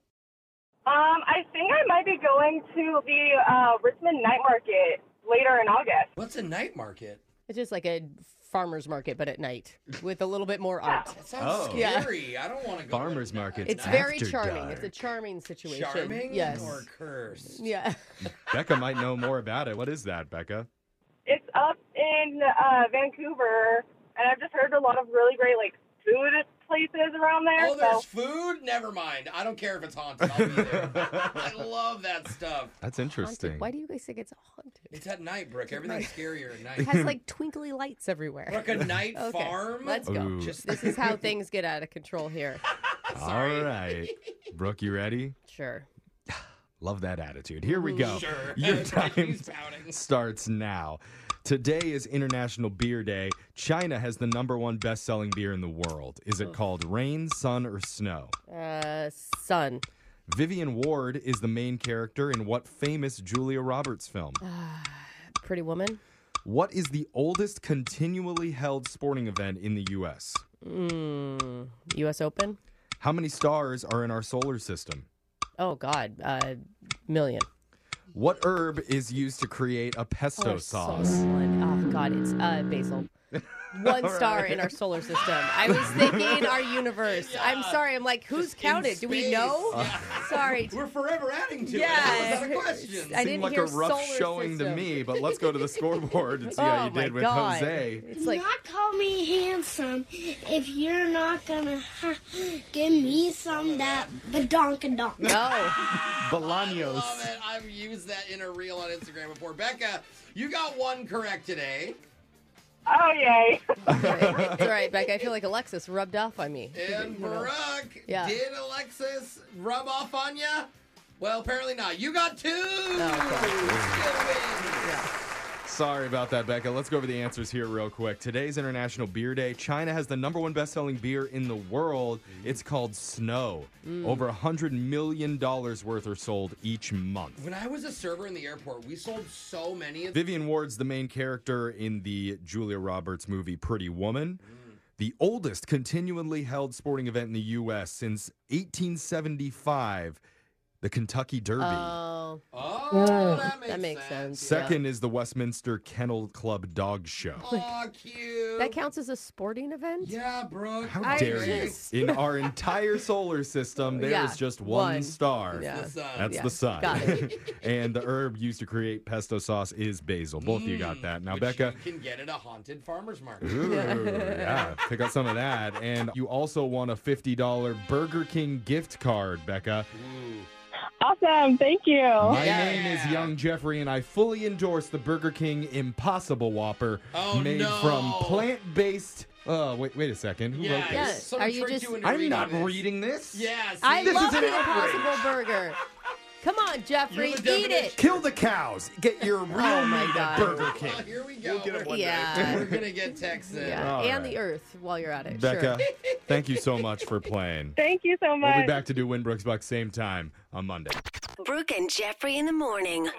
S11: Um, I think I might be going to the uh, Richmond Night Market later in August.
S3: What's a night market?
S2: It's just like a farmer's market, but at night with a little bit more art.
S3: That sounds
S1: Oh.
S3: scary. I don't want to go.
S1: Farmers markets.
S2: It's very
S1: after
S2: charming.
S1: dark.
S2: It's a charming situation.
S3: Charming
S2: yes.
S3: or cursed?
S2: Yeah.
S1: Becca might know more about it. What is that, Becca?
S11: It's up in uh, Vancouver, and I've just heard a lot of really great like food places around there.
S3: Oh,
S11: so
S3: there's food? Never mind. I don't care if it's haunted. I'll be there. I love that stuff.
S1: That's interesting.
S2: Why do you guys think it's haunted?
S3: It's at night, Brooke. Everything's scarier at night.
S2: It has like twinkly lights everywhere.
S3: Brooke, a night
S2: Okay,
S3: farm?
S2: Let's go.
S1: Ooh.
S3: Just-
S2: This is how things get out of control here.
S1: All right. Brooke, you ready?
S2: Sure.
S1: Love that attitude. Here we go.
S3: Sure.
S1: Your
S3: She's
S1: time
S3: pouting.
S1: starts now. Today is International Beer Day. China has the number one best selling beer in the world. Is it called Rain, Sun, or Snow?
S2: Uh, sun.
S1: Vivian Ward is the main character in what famous Julia Roberts film?
S2: Pretty woman.
S1: What is the oldest continually held sporting event in the U.S.?
S2: Hmm. Mm, U.S. Open.
S1: How many stars are in our solar system?
S2: Oh God. Uh, million.
S1: What herb is used to create a pesto
S2: Oh,
S1: sauce?
S2: someone- Oh God. It's uh basil. One
S1: All
S2: star
S1: right.
S2: in our solar system. I was thinking our universe. I'm sorry. I'm like, who's counted? Do we know? Sorry.
S3: We're forever adding to it.
S2: Yeah.
S3: That was not a question.
S2: I
S1: Seemed
S2: didn't
S1: like
S2: hear
S1: a rough
S2: solar
S1: showing to
S2: system.
S1: me, but let's go to the scoreboard and see how
S2: Oh
S1: you
S2: my
S1: did with
S2: God.
S1: Jose.
S2: It's like
S16: not call me handsome if you're not gonna ha- give me some that badonka donk.
S3: Love it. I've used that in a reel on Instagram before. Becca, you got one correct today.
S11: Oh yay!
S2: It's all right, Beck. I feel like Alexis rubbed off on me.
S3: And Brooke,
S2: Yeah.
S3: did Alexis rub off on you? Well, apparently not. You got two.
S2: Oh,
S1: Sorry about that, Becca. Let's go over the answers here real quick. Today's International Beer Day. China has the number one best-selling beer in the world. It's called Snow.
S3: Mm.
S1: Over a hundred million dollars worth are sold each month.
S3: When I was a server in the airport, we sold so many of
S1: Vivian Ward's the main character in the Julia Roberts movie Pretty Woman. The oldest continually held sporting event in the U.S. since 1875, the Kentucky Derby.
S2: Oh.
S3: Oh, that makes,
S2: sense. yeah.
S1: Second is the Westminster Kennel Club Dog Show.
S3: Aw, cute. you.
S2: That counts as a sporting event?
S3: Yeah, Brooke.
S1: How dare you? In our entire solar system, there is
S2: Yeah,
S1: just one,
S2: one.
S1: star.
S2: That's the sun.
S1: That's
S2: Yeah,
S1: the sun.
S2: got
S1: and the herb used to create pesto sauce is basil. Both of you
S2: Mm.
S1: got that. Now, Becca,
S3: You can get it at a haunted farmer's market.
S1: Ooh, yeah, pick up some of that. And you also won a $50 Burger King gift card, Becca.
S11: Awesome. Thank you.
S1: My name is Young Jeffrey, and I fully endorse the Burger King Impossible Whopper
S3: Oh,
S1: made
S3: no.
S1: from plant based. Oh, wait, wait a second. Who wrote
S3: Yeah,
S1: this?
S2: Yeah,
S3: someone
S2: Are you
S3: tricked
S2: just?
S3: you into
S1: I'm
S3: reading
S1: not
S3: this.
S1: reading this.
S3: Yes.
S2: I
S1: This
S2: love
S1: is an
S2: the
S1: outrage.
S2: Impossible Burger. Come on, Jeffrey,
S3: You're the
S2: eat it. Oh
S1: Kill the cows. Get your real
S2: my
S1: meat
S2: God.
S1: at Burger King.
S3: Oh, here we go.
S2: it one day. Yeah.
S3: We're gonna get Texas.
S2: Yeah,
S1: All
S2: and
S1: right.
S2: the Earth while you're at it.
S1: Becca,
S2: Sure.
S1: thank you so much for playing.
S11: Thank you so
S1: We'll
S11: much.
S1: be back to do Winbrook's Bucks same time on Monday.
S6: Brooke and Jeffrey in the morning.